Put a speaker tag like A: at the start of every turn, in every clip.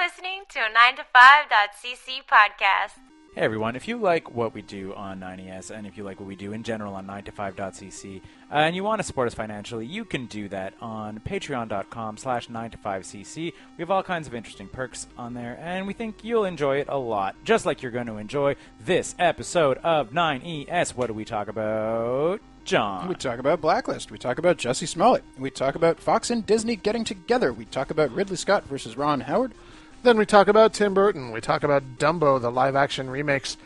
A: listening to a 9to5.cc podcast.
B: Hey everyone, if you like what we do on 9ES and if you like what we do in general on 9to5.cc uh, and you want to support us financially, you can do that on patreon.com slash 9to5cc. We have all kinds of interesting perks on there and we think you'll enjoy it a lot, just like you're going to enjoy this episode of 9ES. What do we talk about, John?
C: We talk about Blacklist. We talk about Jesse Smollett. We talk about Fox and Disney getting together. We talk about Ridley Scott versus Ron Howard.
D: Then we talk about Tim Burton. We talk about Dumbo, the live action remakes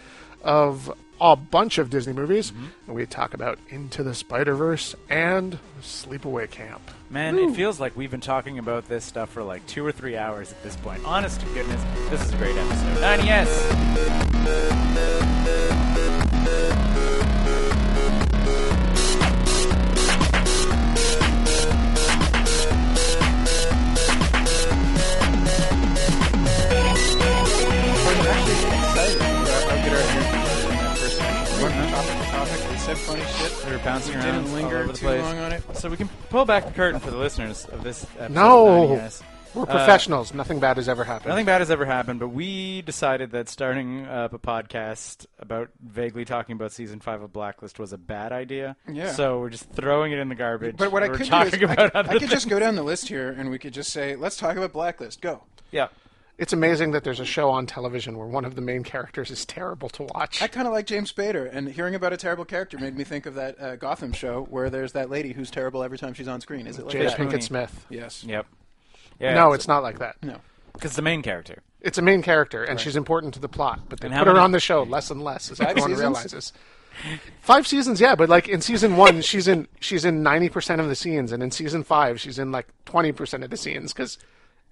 D: of a bunch of Disney movies. And we talk about Into the Spider Verse and Sleepaway Camp.
B: Man, it feels like we've been talking about this stuff for like two or three hours at this point. Honest to goodness, this is a great episode. 9ES!
C: I was actually excited about how good our energy was in that first one. We went from topic to topic. We said funny shit.
B: We were bouncing
C: We
B: around
C: didn't linger
B: all over the
C: too
B: place.
C: long on it.
B: So we can pull back the curtain for the listeners of this episode.
D: No!
B: of 9ES.
D: We're
B: Uh,
D: professionals. Nothing bad has ever happened.
B: Nothing bad has ever happened, but we decided that starting up a podcast about vaguely talking about season five of Blacklist was a bad idea.
C: Yeah.
B: So we're just throwing it in the garbage.
C: But what I
B: We're
C: could do is
B: talking
C: I
B: about
C: could, I
B: other
C: could just go down the list here and we could just say, let's talk about Blacklist. Go.
B: things. yeah.
D: It's amazing that there's a show on television where one of the main characters is terrible to watch.
C: I kind of like James Spader, and hearing about a terrible character made me think of that uh, Gotham show where there's that lady who's terrible every time she's on screen. Is it like
D: Jada
C: that?
D: Pinkett Smith.
C: Yes.
B: Yep. Yeah.
D: no, it's not like that.
C: No.
B: because the main character.
D: It's a main character, and she's important to the plot, but they
B: And
D: put
B: how
D: her
B: many-
D: on the show less and less as
C: Five
D: everyone
C: seasons?
D: realizes. Five seasons, yeah, but like in season one, she's in she's in ninety percent of the scenes, and in season five, she's in like twenty percent of the scenes because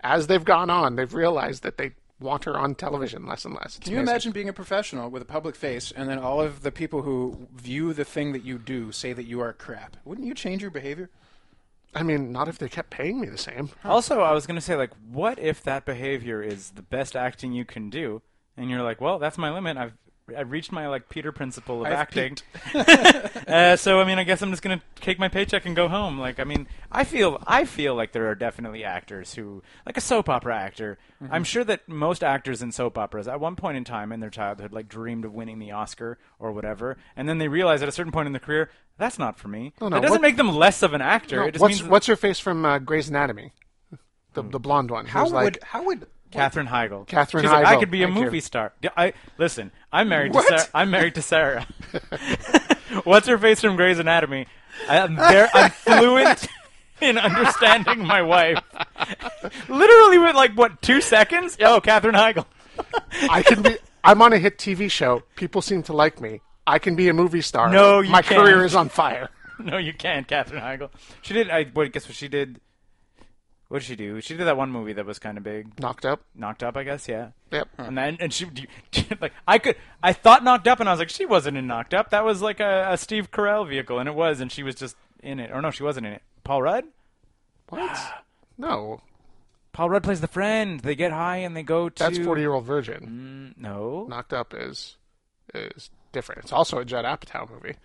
D: as they've gone on, they've realized that they want her on television less and less. It's
C: Can you
D: amazing.
C: imagine being a professional with a public face, and then all of the people who view the thing that you do say that you are crap? Wouldn't you change your behavior?
D: I mean, not if they kept paying me the same.
B: Also, I was going to say, like, what if that behavior is the best acting you can do? And you're like, well, that's my limit. I've I've reached my like Peter principle of
C: I've
B: acting. uh, so I mean, I guess I'm just gonna take my paycheck and go home. Like, I mean, I feel I feel like there are definitely actors who, like a soap opera actor,
D: Mm-hmm.
B: I'm sure that most actors in soap operas at one point in time in their childhood like dreamed of winning the Oscar or whatever, and then they realize at a certain point in their career that's not for me.
D: No, no,
B: it doesn't
D: what-
B: make them less of an actor.
D: No,
B: it just
D: what's
B: means Hmm.
D: what's her face from uh, Grey's Anatomy? The the blonde one.
C: How
D: who's like,
C: would how would
B: Catherine Heigl.
D: Katherine
B: She's like, I
D: Heigl.
B: could be a
D: Thank you.
B: movie star. D- I listen. I'm married
D: What?
B: to Sarah. I'm married to Sarah. What's her face from Grey's Anatomy? I'm there. I'm fluent in understanding my wife. Literally with like what two seconds? Oh, Katherine Heigl.
D: I can be. I'm on a hit TV show. People seem to like me. I can be a movie star.
B: No, you
D: my
B: can't.
D: career is on fire.
B: No, you can't, Katherine Heigl. She did. I what, guess what she did. What did she do? She did that one movie that was kind of big,
D: Knocked up.
B: Knocked Up, I guess. Yeah.
D: Yep.
B: And then and she do you- like I could I thought knocked up and I was like she wasn't in knocked up that was like a, a Steve Carell vehicle and it was and she was just in it or no she wasn't in it Paul Rudd
D: What? No,
B: Paul Rudd plays the friend they get high and they go to
D: that's forty year old
C: Mm.
D: virgin.
B: no
D: Knocked up is is different. It's also a Judd Apatow movie.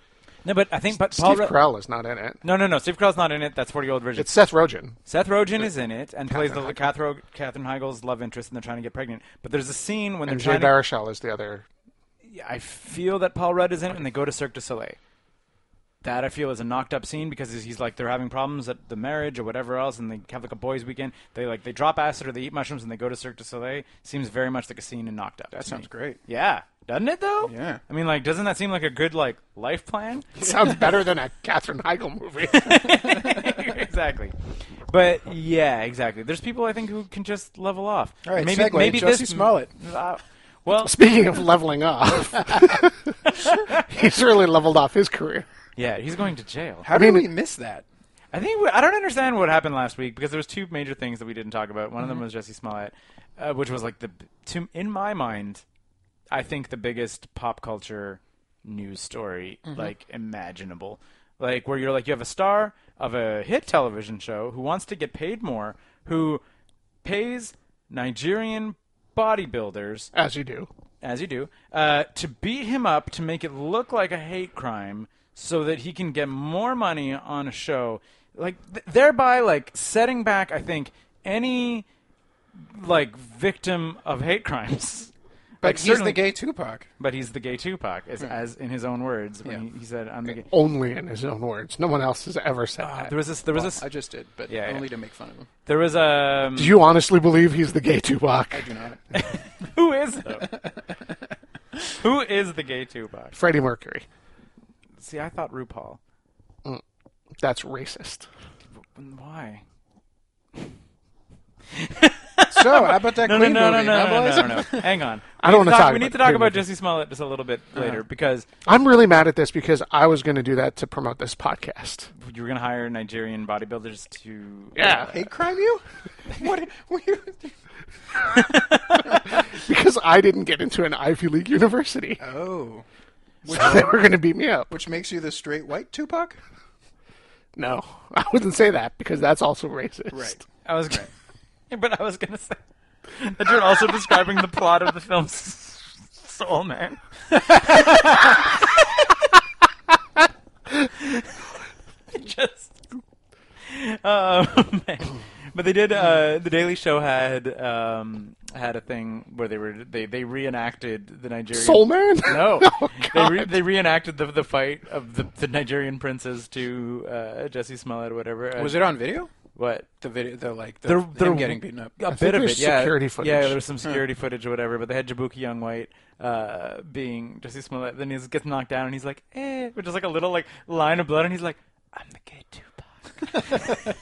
B: no but I think but Paul
D: Steve
B: Rudd
D: Carell is not in it.
B: no no no Steve Carell's not in it that's forty year old version
D: It's Seth Rogen.
B: Seth Rogen is in it and plays the
D: Catherine
B: Cathro, Catherine Heigl's love interest and they're trying to get pregnant but there's a scene when they're
D: And Jay
B: trying to,
D: Baruchel is the other.
B: I feel that Paul Rudd is in it and they go to Cirque du Soleil. That I feel is a knocked up scene because he's like they're having problems at the marriage or whatever else, and they have like a boys' weekend. They like they drop acid or they eat mushrooms and they go to Cirque du Soleil. Seems very much like a scene in Knocked Up.
C: that sounds great?
B: Yeah, doesn't it though?
C: Yeah.
B: I mean, like, doesn't that seem like a good like life plan?
D: It sounds better than a Katherine Heigl movie.
B: exactly. But yeah, exactly. There's people I think who can just level off.
C: All right,
B: maybe
C: segue,
B: maybe
C: Jussie
B: this
C: Smollett.
B: Uh, well,
D: Speaking of leveling off, he's really leveled off his career.
B: yeah, he's going to jail.
C: How
D: I
C: did
D: mean-
C: we miss that?
B: I think we, I don't understand what happened last week because there was two major things that we didn't talk about. One of them was Jesse Smollett, uh, which was like the b- to in my mind, I think the biggest pop culture news story like imaginable. Like where you're like you have a star of a hit television show who wants to get paid more, who pays Nigerian bodybuilders
D: As you do.
B: as you do, uh, to beat him up to make it look like a hate crime so that he can get more money on a show, like th- thereby like setting back, I think, any like victim of hate crimes.
C: But
B: Like,
C: he's
B: certainly-
C: the gay Tupac.
B: But he's the gay Tupac, as, as in his own words when
C: Yeah.
B: he, he said, "I'm the gay."
D: Only in his own words. No one else has ever said
B: Uh,
D: that.
B: there was this. There was this.
C: I just did, but
B: Yeah, yeah.
C: only to make fun of him.
B: There was um,
D: Do you honestly believe he's the gay Tupac?
C: I do not.
B: who is though? who is the gay Tupac?
D: Freddie Mercury.
B: See, I thought RuPaul.
D: That's racist.
B: Why?
C: So how about that
B: No, no,
C: Queen
B: no, no, no,
C: movie? huh,
B: no,
C: boys?
B: no, no, no. Hang on.
D: I
B: We
D: don't
B: need
D: wanna
B: to
D: talk
B: We
D: about
B: need to talk
D: Queen
B: about
D: movie. Uh-huh.
B: Jesse Smollett just a little bit later because
D: I'm really mad at this because I was going to do that to promote this podcast.
B: you were going to hire Nigerian bodybuilders to.
C: Hate crime? You? What? what you
D: because I didn't get into an Ivy League university.
B: Uh,
C: oh, which,
D: So they were going to beat me up.
C: which makes you the straight white Tupac?
D: No, I wouldn't say that because that's also racist.
B: I was. but I was going to say that you're also describing the plot of the film S- Soul Man. Just. Oh man. But they did. Uh, the Daily Show had um, had a thing where they were they, they reenacted the Nigerian
D: Soul Man?
B: No,
D: Oh,
B: they,
D: God.
B: re- they reenacted the the fight of the, the Nigerian princes to uh, Jesse Smollett or whatever.
C: Uh, Was it on video?
B: what?
C: The video, the like, the,
B: They're-
C: him
B: they're-
C: getting beaten up.
B: A
D: think
B: bit of
D: there's
B: it, yeah.
D: security footage.
B: Yeah, there was some security footage or whatever. But they had Jabuki Young White uh, being Jesse Smollett. Then he gets knocked down and he's like, "eh," which is like a little like line of blood, and he's like, "I'm the gay Tupac." I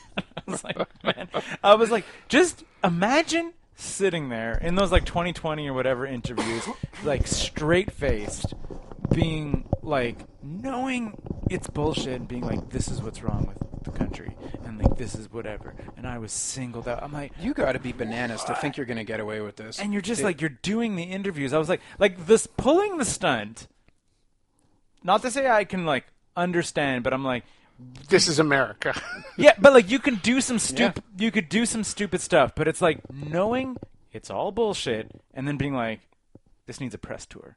B: was like, man, I was like, just imagine sitting there in those like 2020 or whatever interviews, like straight faced, being like knowing it's bullshit, and being like, this is what's wrong with the country, and like this is whatever. And I was singled out. I'm like,
C: You got to be bananas to think you're going to get away with this.
B: and you're just
C: They-
B: like you're doing the interviews. I was like, like this pulling the stunt. Not to say I can like understand, but I'm like,
D: This is America.
B: yeah, but like you can do some stupid, you could do some stupid stuff, but it's like knowing it's all bullshit, and then being like, this needs a press tour.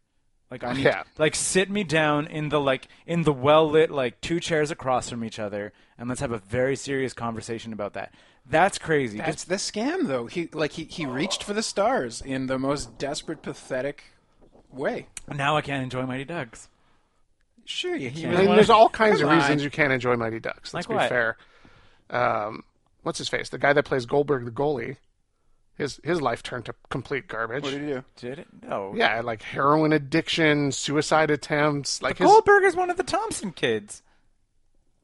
B: Like I need,
D: Yeah.
B: like sit me down in the like in the well lit like two chairs across from each other, and let's have a very serious conversation about that. That's crazy. Just
C: That's the scam, though. He like he, he reached for the stars in the most desperate, pathetic way.
B: now I can't enjoy Mighty Ducks.
C: Sure, you
D: I
C: can.
D: mean, there's all kinds
C: Come
D: of
C: on.
D: reasons you can't enjoy Mighty Ducks. Let's
B: Like
D: be
B: what?
D: fair. Um, what's his face? The guy that plays Goldberg, the goalie. His his life turned to complete garbage.
C: What did he do?
B: Did it? No.
D: yeah, like heroin addiction, suicide attempts. Like his,
B: Goldberg is one of the Thompson kids.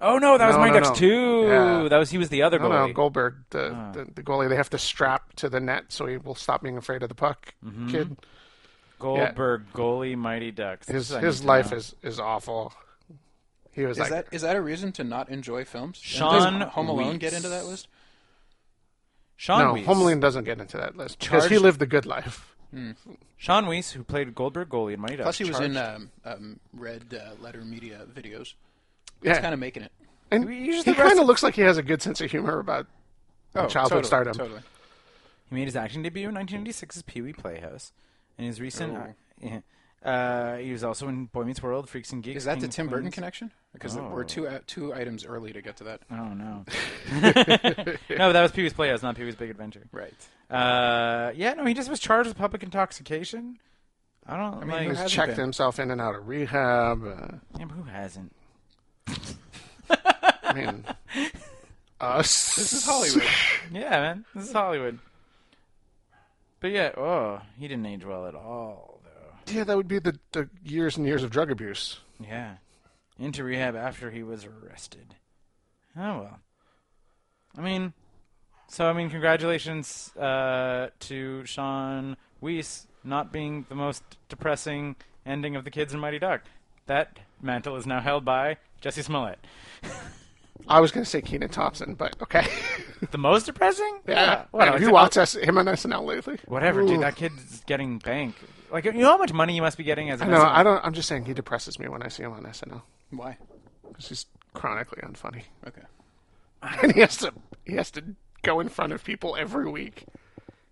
B: Oh no, that was
D: No,
B: My
D: no,
B: Ducks
D: no.
B: too.
D: Yeah.
B: That was he was the other
D: No,
B: goalie.
D: no, Goldberg, the, the the goalie. They have to strap to the net so he will stop being afraid of the puck. Kid,
B: Goldberg goalie Mighty Ducks.
D: his
B: This I
D: his
B: need to
D: life
B: know.
D: is is awful. He was
C: Is
D: like,
C: that is that a reason to not enjoy films? Does
B: Sean
C: Home Alone
B: Weeks.
C: get into that list?
B: Sean
D: no,
B: Weiss.
D: Home Alone doesn't get into that list because he
B: Charged-
D: lived the good life.
B: Sean Weiss, who played Goldberg goalie in Mighty Ducks.
C: Plus, he was in
B: charged-
C: um, um, red uh, letter media videos.
D: Yeah,
C: Kind of making it.
D: and
B: We
D: he
B: usually
D: kind
B: wrestle-
D: of looks like he has a good sense of humor about childhood
C: totally,
D: stardom.
C: Totally.
B: He made his acting debut in 1996's Pee Wee Playhouse, and his recent. yeah. Uh, he was also in Boy Meets World, Freaks and Geeks.
C: Is that the
B: Kings,
C: Tim Burton
B: Queens.
C: connection? Because we're two uh, two items early to get to that.
B: Oh no! no, that was Pee Wee's Playhouse, not Pee Wee's Big Adventure.
C: Right.
B: Uh, yeah, no, he just was charged with public intoxication. I don't. I mean, like,
C: who
D: He's
C: hasn't
D: checked
C: been?
D: himself in and out of rehab. Uh,
B: yeah, but who hasn't?
D: I mean, us.
C: This is Hollywood.
B: Yeah, man, this is Hollywood. But yeah, oh, he didn't age well at all, though.
D: Yeah, that would be the, the years and years of drug abuse.
B: Yeah, into rehab after he was arrested. Oh well. I mean, so I mean, congratulations uh, to Sean Weiss not being the most depressing ending of the Kids in Mighty Duck. That mantle is now held by Jesse Smollett.
D: I was going to say Keenan Thompson, but okay.
B: The most depressing?
D: yeah.
B: What,
D: Have
B: it's
D: you
B: like-
D: watched us, him on SNL lately?
B: Whatever,
D: Ooh.
B: dude. That kid's getting bank. Like, you know how much money you must be getting as an
D: No,
B: SNL?
D: I don't. I'm just saying he depresses me when I see him on SNL
C: Why?
D: because he's chronically unfunny,
C: Okay.
D: and he has to he has to go in front of people every week.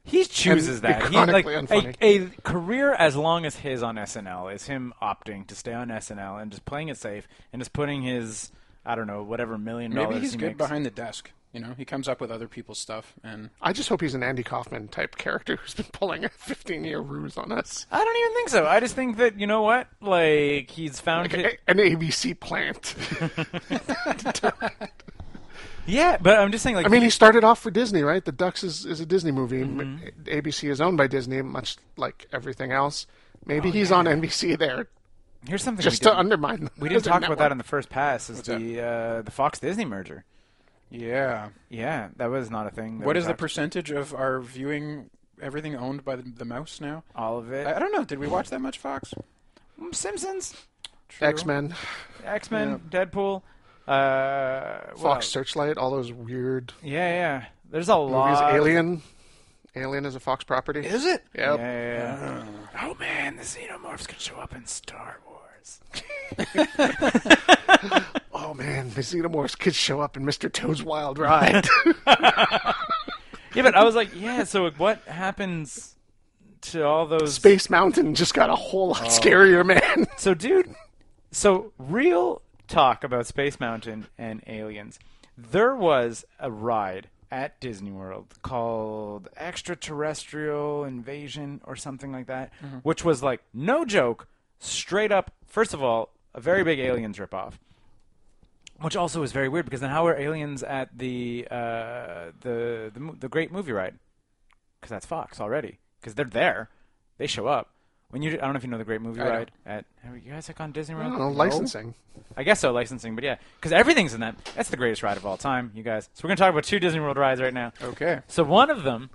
B: He chooses
D: And
B: that. He, like,
D: chronically
B: a,
D: unfunny.
B: a career as long as his on SNL is him opting to stay on SNL and just playing it safe and just putting his I don't know whatever million
C: Maybe
B: dollars
C: he's
B: he
C: good
B: makes-
C: behind the desk. You know, he comes up with other people's stuff, and
D: I just hope he's an Andy Kaufman type character who's been pulling a 15 year ruse on us.
B: I don't even think so. I just think that you know what, like he's found it.
D: A- An ABC plant.
B: Yeah, but I'm just saying, like
D: I mean, he started off for Disney, right? The Ducks is, is a Disney movie. M
B: Mm-hmm.
D: ABC is owned by Disney, much like everything else. Maybe he's on NBC there
B: here's something
D: just
B: Oh, we
D: to
B: didn't,
D: undermine. the
B: we didn't
D: other
B: talk about that
D: network.
B: on the first pass. Is the uh, the Fox Disney merger?
C: yeah.
B: Yeah, that was not a thing. That
C: What
B: we
C: is the
B: talked-
C: percentage of our viewing everything owned by the, the mouse now?
B: all of it?
C: I, I don't know. Did we watch that much Fox?
B: Simpsons,
C: True.
D: X Men,
B: X Men, Deadpool, uh,
D: Fox
B: well,
D: Searchlight, all those weird
B: Yeah, yeah. There's a
D: movies.
B: lot.
D: Alien. Alien is a Fox property. Yep.
C: Is it?
B: Yeah, yeah, yeah. Oh man, the xenomorphs could show up in Star Wars.
D: Oh man, the Xenomorphs could show up in Mr. Toad's Wild Ride.
B: Yeah, but I was like, yeah. So like, what happens to all those?
D: Space Mountain just got a whole
B: Oh.
D: lot scarier, man.
B: So, dude, so real talk about Space Mountain and aliens. There was a ride at Disney World called Extraterrestrial Invasion or something like that, which was like, no joke, straight up, first of all, a very big aliens ripoff. Which also is very weird because then how are aliens at the uh, the, the mo- the great movie ride? Because that's Fox already. Because they're there, they show up. When you I don't know if you know the great movie
C: don't.
B: ride at have you guys like on Disney
D: I
B: World?
D: don't know, Oh, licensing.
B: I guess so, licensing. But yeah, because everything's in that. That's the greatest ride of all time, you guys. So we're gonna talk about two Disney World rides right now.
C: Okay.
B: So one of them,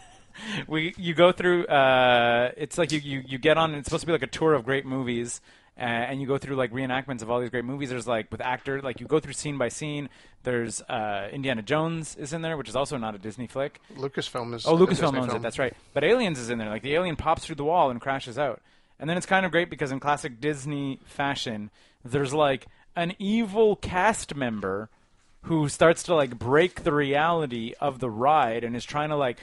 B: we you go through. Uh, it's like you, you you get on. It's supposed to be like a tour of great movies, uh, and you go through like reenactments of all these great movies. There's like with actor, like you go through scene by scene. There's uh, Indiana Jones is in there, which is also not a Disney flick.
D: Lucasfilm is
B: Oh,
D: a
B: Lucasfilm
D: Disney
B: owns
D: film.
B: it. That's right. But Aliens is in there. Like the alien pops through the wall and crashes out. And then it's kind of great because in classic Disney fashion, there's like an evil cast member who starts to like break the reality of the ride and is trying to like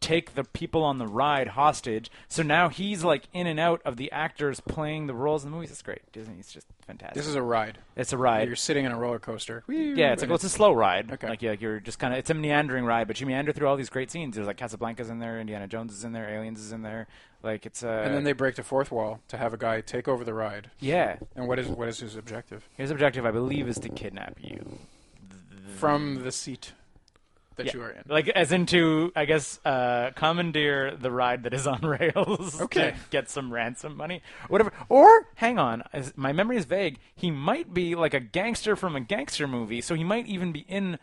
B: take the people on the ride hostage. So now he's like in and out of the actors playing the roles in the movies. It's great. Disney's just fantastic.
C: This is a ride.
B: it's a ride.
C: You're sitting in a roller coaster.
B: Yeah, it's like well, it's a slow ride.
C: Okay.
B: Like, yeah, like you're just kind of it's a meandering ride, but you meander through all these great scenes. There's like Casablanca's in there, Indiana Jones is in there, Aliens is in there. Like it's uh,
C: And then they break the fourth wall to have a guy take over the ride.
B: yeah.
C: And what is what is his objective?
B: His objective, I believe, is to kidnap you.
C: From the seat
B: Mm.
C: that
B: Yeah.
C: you are in.
B: Like as into, I guess, uh, commandeer the ride that is on rails
C: Okay.
B: to get some ransom money, whatever. Or hang on, as my memory is vague. He might be like a gangster from a gangster movie, so he might even be in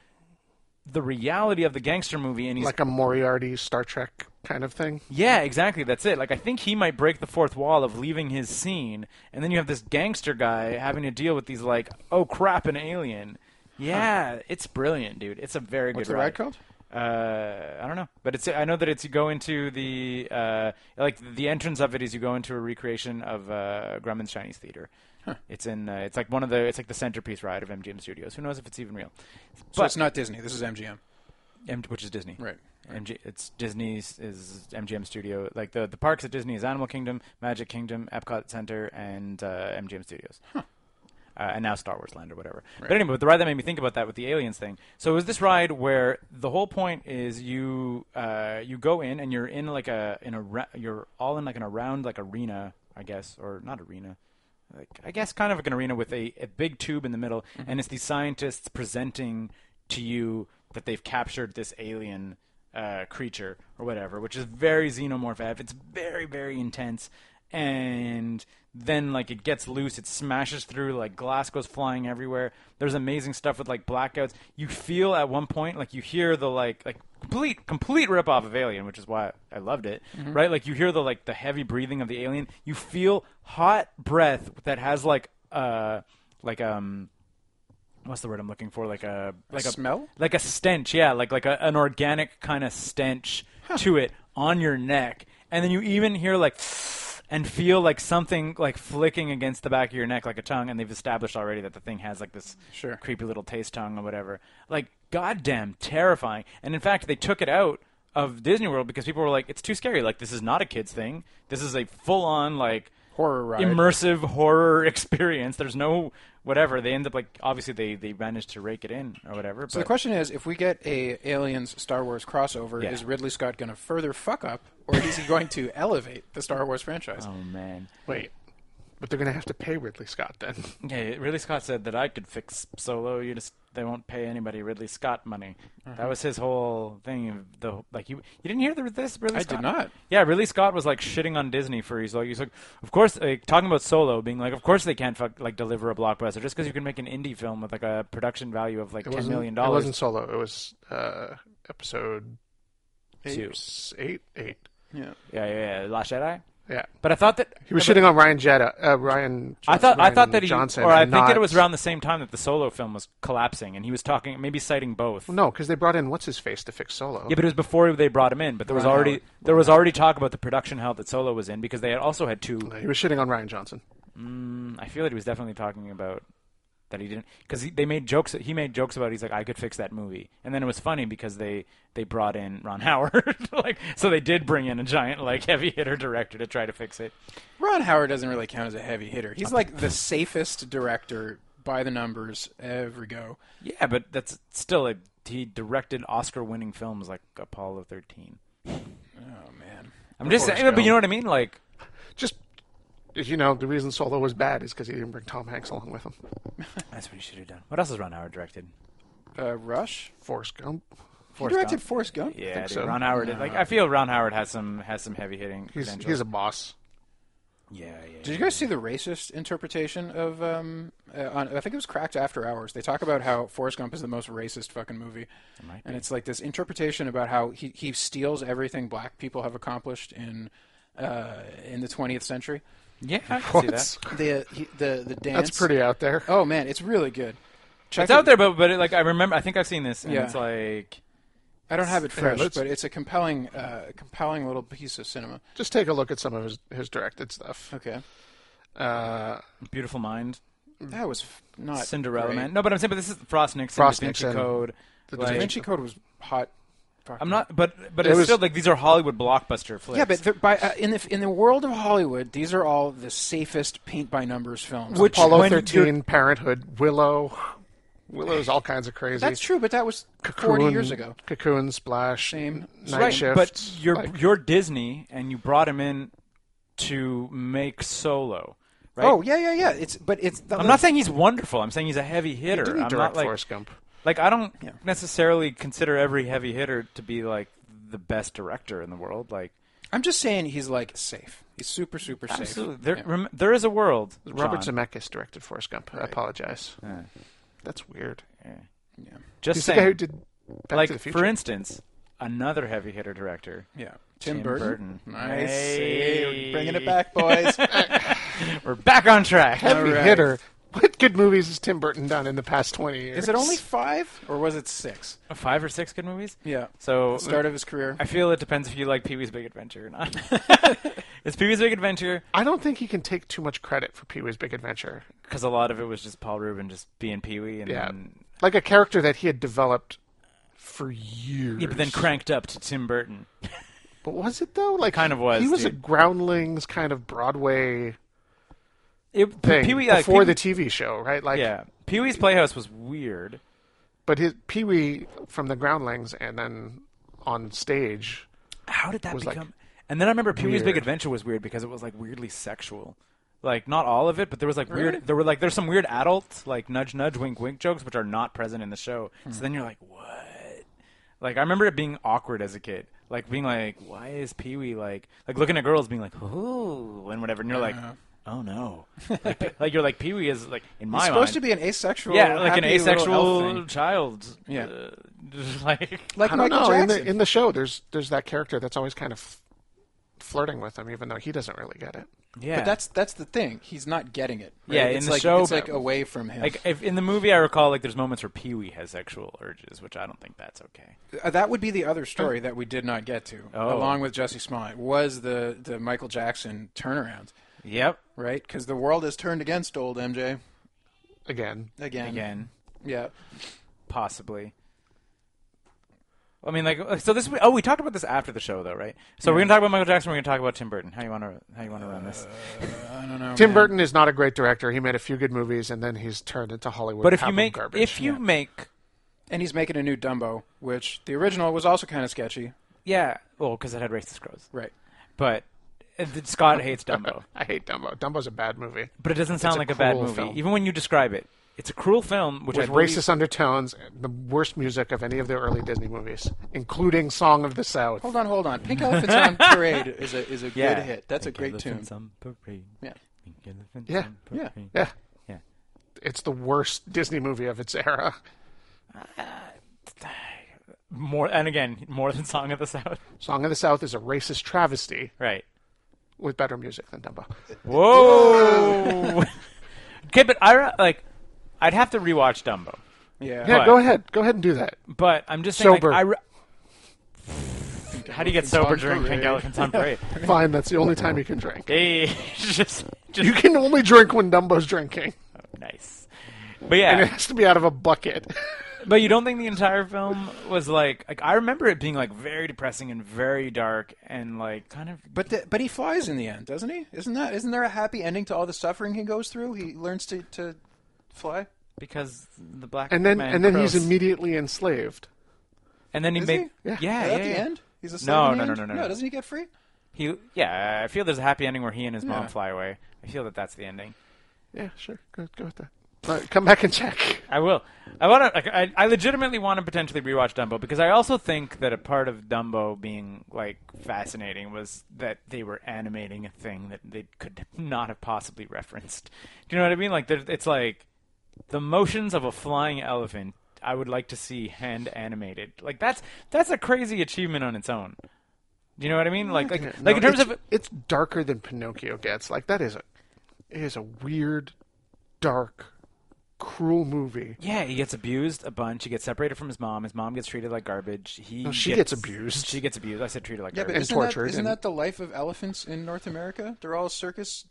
B: the reality of the gangster movie, and he's
D: Like a Moriarty Star Trek kind of thing.
B: Yeah, exactly. That's it. Like I think he might break the fourth wall of leaving his scene, and then you have this gangster guy having to deal with these like, oh crap, an alien. Yeah, it's brilliant, dude. It's a very
C: What's
B: good
C: the
B: ride.
C: ride called?
B: Uh, I don't know, but it's. I know that it's you go into the uh, like the entrance of it is you go into a recreation of uh, Grumman's Chinese Theater. It's in. Uh, it's like one of the. It's like the centerpiece ride of MGM Studios. Who knows if it's even real?
C: So
B: but-
C: it's not Disney. This is MGM.
B: M- which is Disney,
C: Right,
B: MG, it's Disney's is MGM Studio. Like the the parks at Disney is Animal Kingdom, Magic Kingdom, Epcot Center, and uh, MGM Studios. Uh, and now Star Wars Land or whatever. But anyway, but the ride that made me think about that with the aliens thing. So it was this ride where the whole point is you uh, you go in and you're in like a in a ra- you're all in like an around like arena, I guess, or not arena like I guess kind of like an arena with a, a big tube in the middle, and it's these scientists presenting to you that they've captured this alien uh, creature or whatever, which is very xenomorph F. It's very very intense, and then like it gets loose, it smashes through, like glass goes flying everywhere. There's amazing stuff with like blackouts. You feel at one point like you hear the like like complete complete rip off of Alien, which is why I loved it. Right? Like you hear the like the heavy breathing of the alien. You feel hot breath that has like uh like um what's the word I'm looking for? Like a like a,
C: smell?
B: like a stench. Yeah, like like a, an organic kind of stench to it on your neck, and then you even hear like. And feel like something like flicking against the back of your neck, like a tongue, and they've established already that the thing has like this
C: Sure.
B: creepy little taste tongue or whatever. Like, goddamn, terrifying. And in fact, they took it out of Disney World because people were like, "It's too scary. Like, this is not a kids thing. This is a full-on like
C: horror ride.
B: immersive horror experience. There's no whatever. They end up like obviously they they managed to rake it in or whatever.
C: so the
B: but
C: question is, if we get a Aliens Star Wars crossover,
B: Yeah.
C: is Ridley Scott going to further fuck up, or is he going to elevate the Star Wars franchise?
B: oh man,
D: Wait, but they're gonna have to pay Ridley Scott then.
B: yeah. Ridley Scott said that I could fix Solo. You just they won't pay anybody Ridley Scott money.
C: Mm-hmm.
B: That was his whole thing. of The like you you didn't hear the, this Ridley
C: I
B: Scott?
C: did not.
B: Yeah, Ridley Scott was like shitting on Disney for he's like he's like of course like, talking about Solo being like of course they can't fuck, like deliver a blockbuster just because you can make an indie film with like a production value of like
D: It
B: ten
D: wasn't,
B: million
D: It
B: dollars.
D: wasn't solo. It was uh, episode
B: Two.
D: eight, eight, eight.
C: Yeah.
B: Yeah, yeah, yeah. Last Jedi.
D: Yeah,
B: But I thought that
D: he was
B: but-
D: shitting on Ryan Jetta. Uh, Ryan.
B: I thought I
D: Ryan
B: thought that he
D: Johnson,
B: or I
D: and
B: think that
D: not-
B: it was around the same time that the solo film was collapsing, and he was talking maybe citing both.
D: No, because they brought in what's his face to fix solo.
B: Yeah, but it was before they brought him in. But there was
C: Ron
B: already
C: Howard.
B: there was already talk about the production hell that Solo was in because they had also had two.
D: he was shitting on Ryan Johnson.
B: Mm, I feel that he was definitely talking about that he didn't because they made jokes. He made jokes about he's like I could fix that movie, and then it was funny because they they brought in Ron Howard, like so they did bring in a giant like heavy hitter director to try to fix it.
C: Ron Howard doesn't really count as a heavy hitter. He's like the safest director by the numbers every go.
B: Yeah, but that's still a he directed Oscar-winning films like Apollo 13.
C: Oh man.
B: I'm just
D: Forrest
B: saying, but you
D: Gump.
B: know what I mean? Like,
D: Just as you know, the reason solo was bad is because he didn't bring Tom Hanks along with him.
B: that's what you should have done. What else has Ron Howard directed?
C: Uh, Rush.
D: Forrest Gump.
C: He
B: Forrest
C: directed
B: Gump.
C: Forrest Gump.
B: Yeah,
D: think
B: dude,
D: so.
B: Ron Howard. Like, I feel Ron Howard has some has some heavy hitting.
D: He's
B: potential.
D: he's a boss.
B: yeah, yeah.
C: Did you guys see the racist interpretation of? Um, uh, on, I think it was Cracked After Hours. They talk about how Forrest Gump is the most racist fucking movie,
B: might
C: and it's like this interpretation about how he he steals everything black people have accomplished in uh, in the 20th century.
B: yeah. I can see that.
D: That's,
C: The he, the the dance.
D: that's pretty out there.
C: Oh man, it's really good. Check
B: It's
C: it.
B: out there, but but it, like I remember, I think I've seen this, and
C: Yeah.
B: it's like
C: I don't have it fresh,
D: let's-
C: but it's a compelling uh, compelling little piece of cinema.
D: Just take a look at some of his, his directed stuff.
C: Okay,
D: Uh,
B: Beautiful Mind,
C: that was f- not
B: Cinderella
C: great.
B: Man. No, but I'm saying, but this is Frost Nixon,
D: Frost
B: Da Vinci
D: Nixon.
B: Code.
D: The Da
B: like,
C: Da Vinci Code was hot.
B: I'm not, but but
D: It
B: it's
D: was-
B: still like these are Hollywood blockbuster flicks.
C: Yeah, but they're- by, uh, in the in the world of Hollywood, these are all the safest paint by numbers films.
B: Which-
D: Apollo
B: When you're-
D: 13, Parenthood, Willow. Willow's all kinds of crazy.
C: that's true, but that was
D: Cocoon,
C: forty years ago.
D: Cocoon, Splash,
C: Same.
D: Night
B: right,
D: Shift.
B: But you're
D: like-
B: you're Disney, and you brought him in to make Solo. Right?
C: Oh yeah, yeah, yeah. It's but it's.
B: I'm not saying he's wonderful. I'm saying he's a heavy hitter.
D: didn't
B: I'm
D: direct
B: not like
D: Forrest Gump.
B: like I don't necessarily consider every heavy hitter to be like the best director in the world. Like
C: I'm just saying he's like safe. He's super, super safe.
B: absolutely, there, rem- there is a world.
D: Robert
B: John.
D: Zemeckis directed Forrest Gump. I apologize. That's weird.
B: Just
D: He's the
B: saying,
D: guy who did Back
B: like
D: to the Future.
B: for instance, another heavy hitter director.
C: Yeah. Tim,
B: Tim
C: Burton.
B: Burton.
C: Nice.
B: Hey.
C: Hey, we're bringing it back, boys.
B: We're back on track.
D: Heavy
C: All right.
D: hitter. What good movies has Tim Burton done in the past 20 years?
C: Is it only five or was it six?
B: Five or six good movies.
C: Yeah.
B: So
C: The start of his career.
B: I feel it depends if you like Pee Wee's Big Adventure or not. it's Pee Wee's Big Adventure
D: I don't think he can take too much credit for Pee Wee's Big Adventure.
B: because a lot of it was just Paul Rubin just being Pee Wee, and
D: Yeah.
B: then
D: Like a character that he had developed for years.
B: yeah, but then cranked up to Tim Burton.
D: But was it though? Like
B: Kind of was,
D: He was a
B: dude.
D: groundlings kind of Broadway
B: It,
D: thing
B: Pee Wee like,
D: before
B: Pee-
D: the TV show, right? Like,
B: yeah, Pee Wee's Playhouse was weird.
D: But his Pee Wee from the groundlings and then on stage.
B: How did that
D: Was, like,
B: become? and then I remember Pee Wee's Big
D: weird.
B: Adventure was weird because it was like weirdly sexual. Like not all of it, but there was like weird. There were like there's some weird adult like nudge nudge wink wink jokes which are not present in the show.
C: Hmm.
B: So then you're like what? Like I remember it being awkward as a kid. Like being like, why is Pee Wee like like looking at girls being like ooh and whatever, and you're like, oh no, like, like you're like Pee Wee is like in my
C: He's
B: mind
C: supposed to be an asexual.
B: yeah like an
C: happy little elf
B: asexual
C: thing.
B: child
C: Yeah.
B: uh, just like
C: Like
D: I don't
C: Michael
D: know.
C: Jackson.
D: In the in the show, there's there's that character that's always kind of flirting with him, even though he doesn't really get it.
B: yeah
C: but that's that's the thing. He's not getting it. right?
B: Yeah, in
C: it's
B: the
C: like,
B: show-
C: it's like away from him.
B: Like if, in the movie, I recall like there's moments where Pee Wee has sexual urges, which I don't think that's okay.
C: Uh, that would be the other story that we did not get to,
B: Oh.
C: along with Jesse Smollett, was the the Michael Jackson turnaround,
B: Yep.
C: right? Because the world has turned against old MJ
D: Again,
C: again.
B: Again,
C: Yeah.
B: possibly. I mean, like, so this. Oh, we talked about this after the show, though, right? So we're gonna talk about Michael Jackson. We're gonna talk about Tim Burton. How you wanna how you wanna run this?
C: I don't know.
D: Tim
C: man.
D: Burton is not a great director. He made a few good movies, and then he's turned into Hollywood.
B: But if you
D: pop
B: make
D: garbage.
B: if you make
C: and he's making a new Dumbo, which the original was also kind of sketchy.
B: yeah, well, because it had racist crows,
C: Right.
B: but uh, Scott hates Dumbo.
D: I hate Dumbo. Dumbo's a bad movie
B: But it doesn't sound
D: a
B: like a bad
D: cruel
B: movie,
D: film.
B: even when you describe it. It's a cruel film, which
D: with
B: I believe-
D: racist undertones, and the worst music of any of the early Disney movies, including "Song of the South."
C: Hold on, hold on. Pink Elephants on Parade is a is a
B: Yeah.
C: good hit. That's a
B: Pink
C: great tune.
B: elephants on parade.
C: Yeah.
B: Pink elephants
D: Yeah.
B: on
C: Yeah.
B: parade.
D: Yeah,
B: Yeah.
D: it's the worst Disney movie of its era.
B: More and again, more than Song of the South.
D: "Song of the South" is a racist travesty
B: Right.
D: with better music than Dumbo.
B: Whoa. okay, but I like. I'd have to rewatch Dumbo,
C: Yeah.
D: Yeah,
B: But-
D: go ahead, go ahead and do that.
B: but I'm just saying. like,
D: Sober.
B: I re- How do you get
C: Elephants
B: sober
C: on
B: during Pink
C: Parade.
B: Elephants on Parade?
D: Fine, that's the only time you can drink.
B: hey, just, just
D: You can only drink when Dumbo's drinking,
B: nice. But
D: and it
B: yeah,
D: has to be out of a bucket.
B: but you don't think the entire film was like, like I remember it being like very depressing and very dark and like kind of
C: But the, but he flies in the end, doesn't he? Isn't that isn't there a happy ending to all the suffering he goes through? He learns to to fly.
B: because the black
D: And then,
B: man
D: and then
B: crows.
D: he's immediately enslaved.
B: and then he
C: Is
B: made
C: he?
B: yeah
C: At
B: yeah
C: the
B: yeah.
C: end, he's a slave
B: No,
C: in the
B: no, no,
C: end?
B: no, no,
C: no.
B: no.
C: Doesn't he get free?
B: He yeah, I feel there's a happy ending where he and his mom
C: Yeah.
B: fly away. I feel that that's the ending.
D: Yeah, sure. Go, go with that. All right, come back and check.
B: I will. I want to. Like, I, I legitimately want to potentially rewatch Dumbo because I also think that a part of Dumbo being like fascinating was that they were animating a thing that they could not have possibly referenced. Do you know what I mean? Like, there- it's like the motions of a flying elephant. I would like to see hand animated. Like that's that's a crazy achievement on its own. Do you know what I mean? Like like
D: No,
B: like in terms
D: it's-
B: of
D: it's darker than Pinocchio gets. Like that is a it is a weird, dark, cruel movie.
B: Yeah, he gets abused a bunch. He gets separated from his mom. His mom gets treated like garbage. He
D: she gets abused.
B: She gets abused. I said treated like
C: Yeah, but
B: garbage.
D: And
C: isn't,
D: tortured
C: that, isn't
D: and-
C: that the life of elephants in North America? They're all circus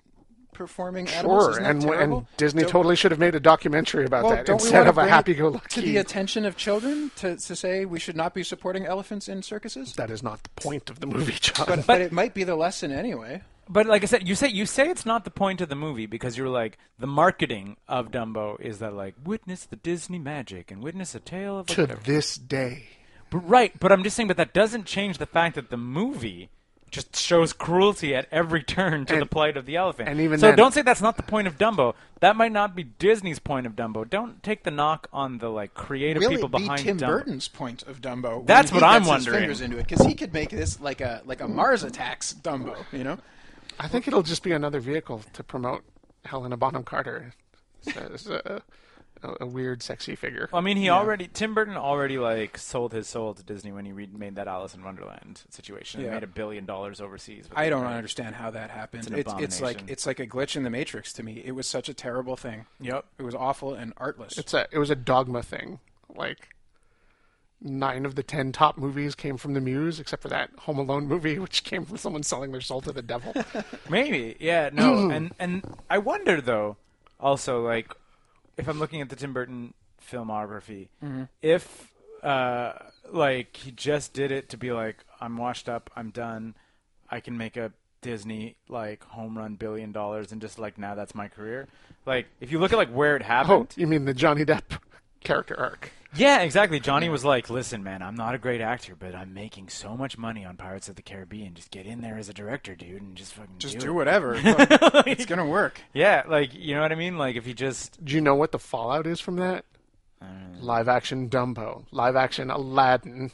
C: performing animals.
D: Sure,
C: Isn't that
D: and and
C: terrible?
D: Disney
C: Don't-
D: totally should have made a documentary about
C: well,
D: that
C: don't we
D: instead
C: wanna
D: of a
C: bring it
D: happy-go-lucky.
C: To the attention of children, to, to say we should not be supporting elephants in circuses,
D: that is not the point of the movie, John.
C: but, it might be the lesson anyway.
B: But like I said, you say you say it's not the point of the movie because you're like the marketing of Dumbo is that like witness the Disney magic and witness a tale of
D: to this day,
B: But right, but I'm just saying, but that doesn't change the fact that the movie just shows cruelty at every turn to the
D: And-
B: plight of the elephant.
D: and even
B: so,
D: then-
B: don't say that's not the point of Dumbo. That might not be Disney's point of Dumbo. Don't take the knock on the like creative
C: Really,
B: people
C: be
B: behind
C: Tim
B: Dumbo.
C: Burton's point of Dumbo. when
B: That's
C: he
B: what I'm
C: gets his
B: wondering.
C: fingers into it because he could make this like a like a Mars attacks Dumbo. You know,
D: I think it'll just be another vehicle to promote Helena Bonham Carter as a, a, a weird, sexy figure.
B: I mean, he already Tim Burton already like sold his soul to Disney when he re- made that Alice in Wonderland situation. and
C: Yeah.
B: made a billion dollars overseas. with
C: I
B: it,
C: don't
B: right?
C: understand how that happened.
B: an
C: It's, it's like
B: abomination.
C: it's like a glitch in the Matrix to me. It was such a terrible thing.
B: Yep.
C: It was awful and artless.
D: It's a, it was a dogma thing. Like nine of the ten top movies came from the Muse, except for that Home Alone movie, which came from someone selling their soul to the devil.
B: Maybe, yeah, no, and and I wonder though, also like, if I'm looking at the Tim Burton filmography,
C: Mm-hmm.
B: if uh, like he just did it to be like, I'm washed up, I'm done, I can make a Disney like home run billion dollars and just like now that's my career. Like if you look at like where it
D: oh,
B: happened,
D: you mean the Johnny Depp character arc?
B: yeah, exactly. Johnny was like, "Listen, man, I'm not a great actor, but I'm making so much money on Pirates of the Caribbean. Just get in there as a director, dude, and just fucking
C: Just
B: do
C: do
B: it."
C: whatever. Look, it's gonna work.
B: Yeah, like you know what I mean. Like if you just
D: Do you know what the fallout is from that? Live action Dumbo, live action Aladdin.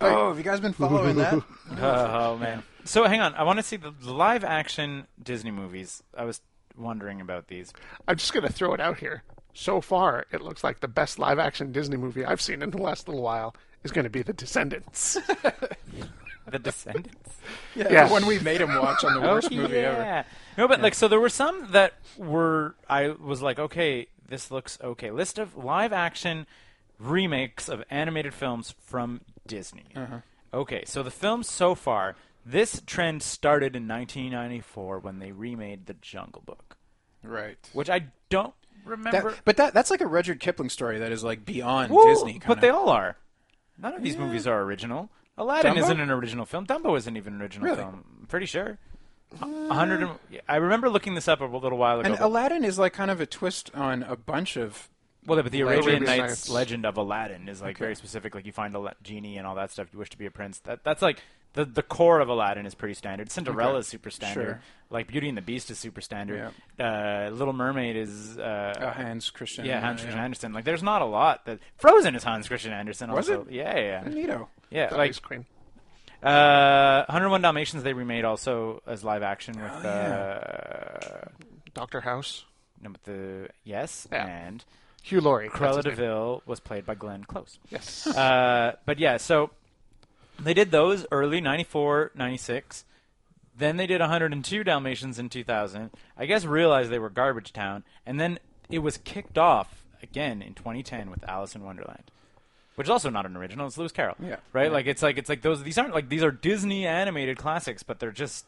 C: Oh, have you guys been following that?
B: Oh man. So hang on, I want to see the the live action Disney movies. I was wondering about these.
D: I'm just gonna throw it out here. So far, it looks like the best live action Disney movie I've seen in the last little while is going to be The Descendants.
B: The Descendants.
C: Yeah,
D: Yeah.
C: the one we made him watch on the worst movie ever.
B: Oh, yeah. No, but like so there were some that were I was like, okay, this looks okay. List of live action remakes of animated films from Disney.
C: Uh-huh.
B: Okay, so the films so far, this trend started in 1994 when they remade The Jungle Book,
C: Right.
B: which I don't remember.
C: That, but that that's like a Rudyard Kipling story that is like beyond
B: Woo!
C: Disney. Kinda.
B: but they all are. None of these movies are original. Aladdin
C: Dumbo?
B: isn't an original film. Dumbo isn't even an original
C: Really? Uh,
B: film. I'm pretty sure. A- A hundred. and- I remember looking this up a little while ago.
C: And Aladdin is like kind of a twist on a bunch of.
B: well, but the
C: Aladdin
B: Arabian
D: is
B: Nights
D: nice.
B: legend of Aladdin is like very specific. Like you find a genie and all that stuff. You wish to be a prince. That that's like the the core of Aladdin is pretty standard. Cinderella is super standard.
C: Sure.
B: Like Beauty and the Beast is super standard. Uh, Little Mermaid is uh,
C: Uh, Hans Christian.
B: yeah Hans Christian Andersen. Like there's not a lot that Frozen is Hans Christian Andersen.
C: Was
B: also.
C: it?
B: Yeah, yeah, yeah.
C: Magneto.
B: yeah
D: That
B: like
D: ice cream.
B: uh, 101 Dalmatians they remade also as live action with
D: Oh,
C: yeah.
B: uh,
D: Doctor House.
B: no, with the yes
D: Yeah.
B: and
D: Hugh Laurie. that's
B: Cruella
D: his name.
B: Deville was played by Glenn Close.
D: Yes.
B: Uh, but yeah, so they did those early 94, 96. Then they did 102 Dalmatians in 2000. I guess realized they were garbage town, and then it was kicked off again in 2010 with Alice in Wonderland. Which is also not an original. It's Lewis Carroll,
C: Yeah.
B: right?
C: Yeah.
B: Like it's like it's like those. These aren't like these are Disney animated classics, but they're just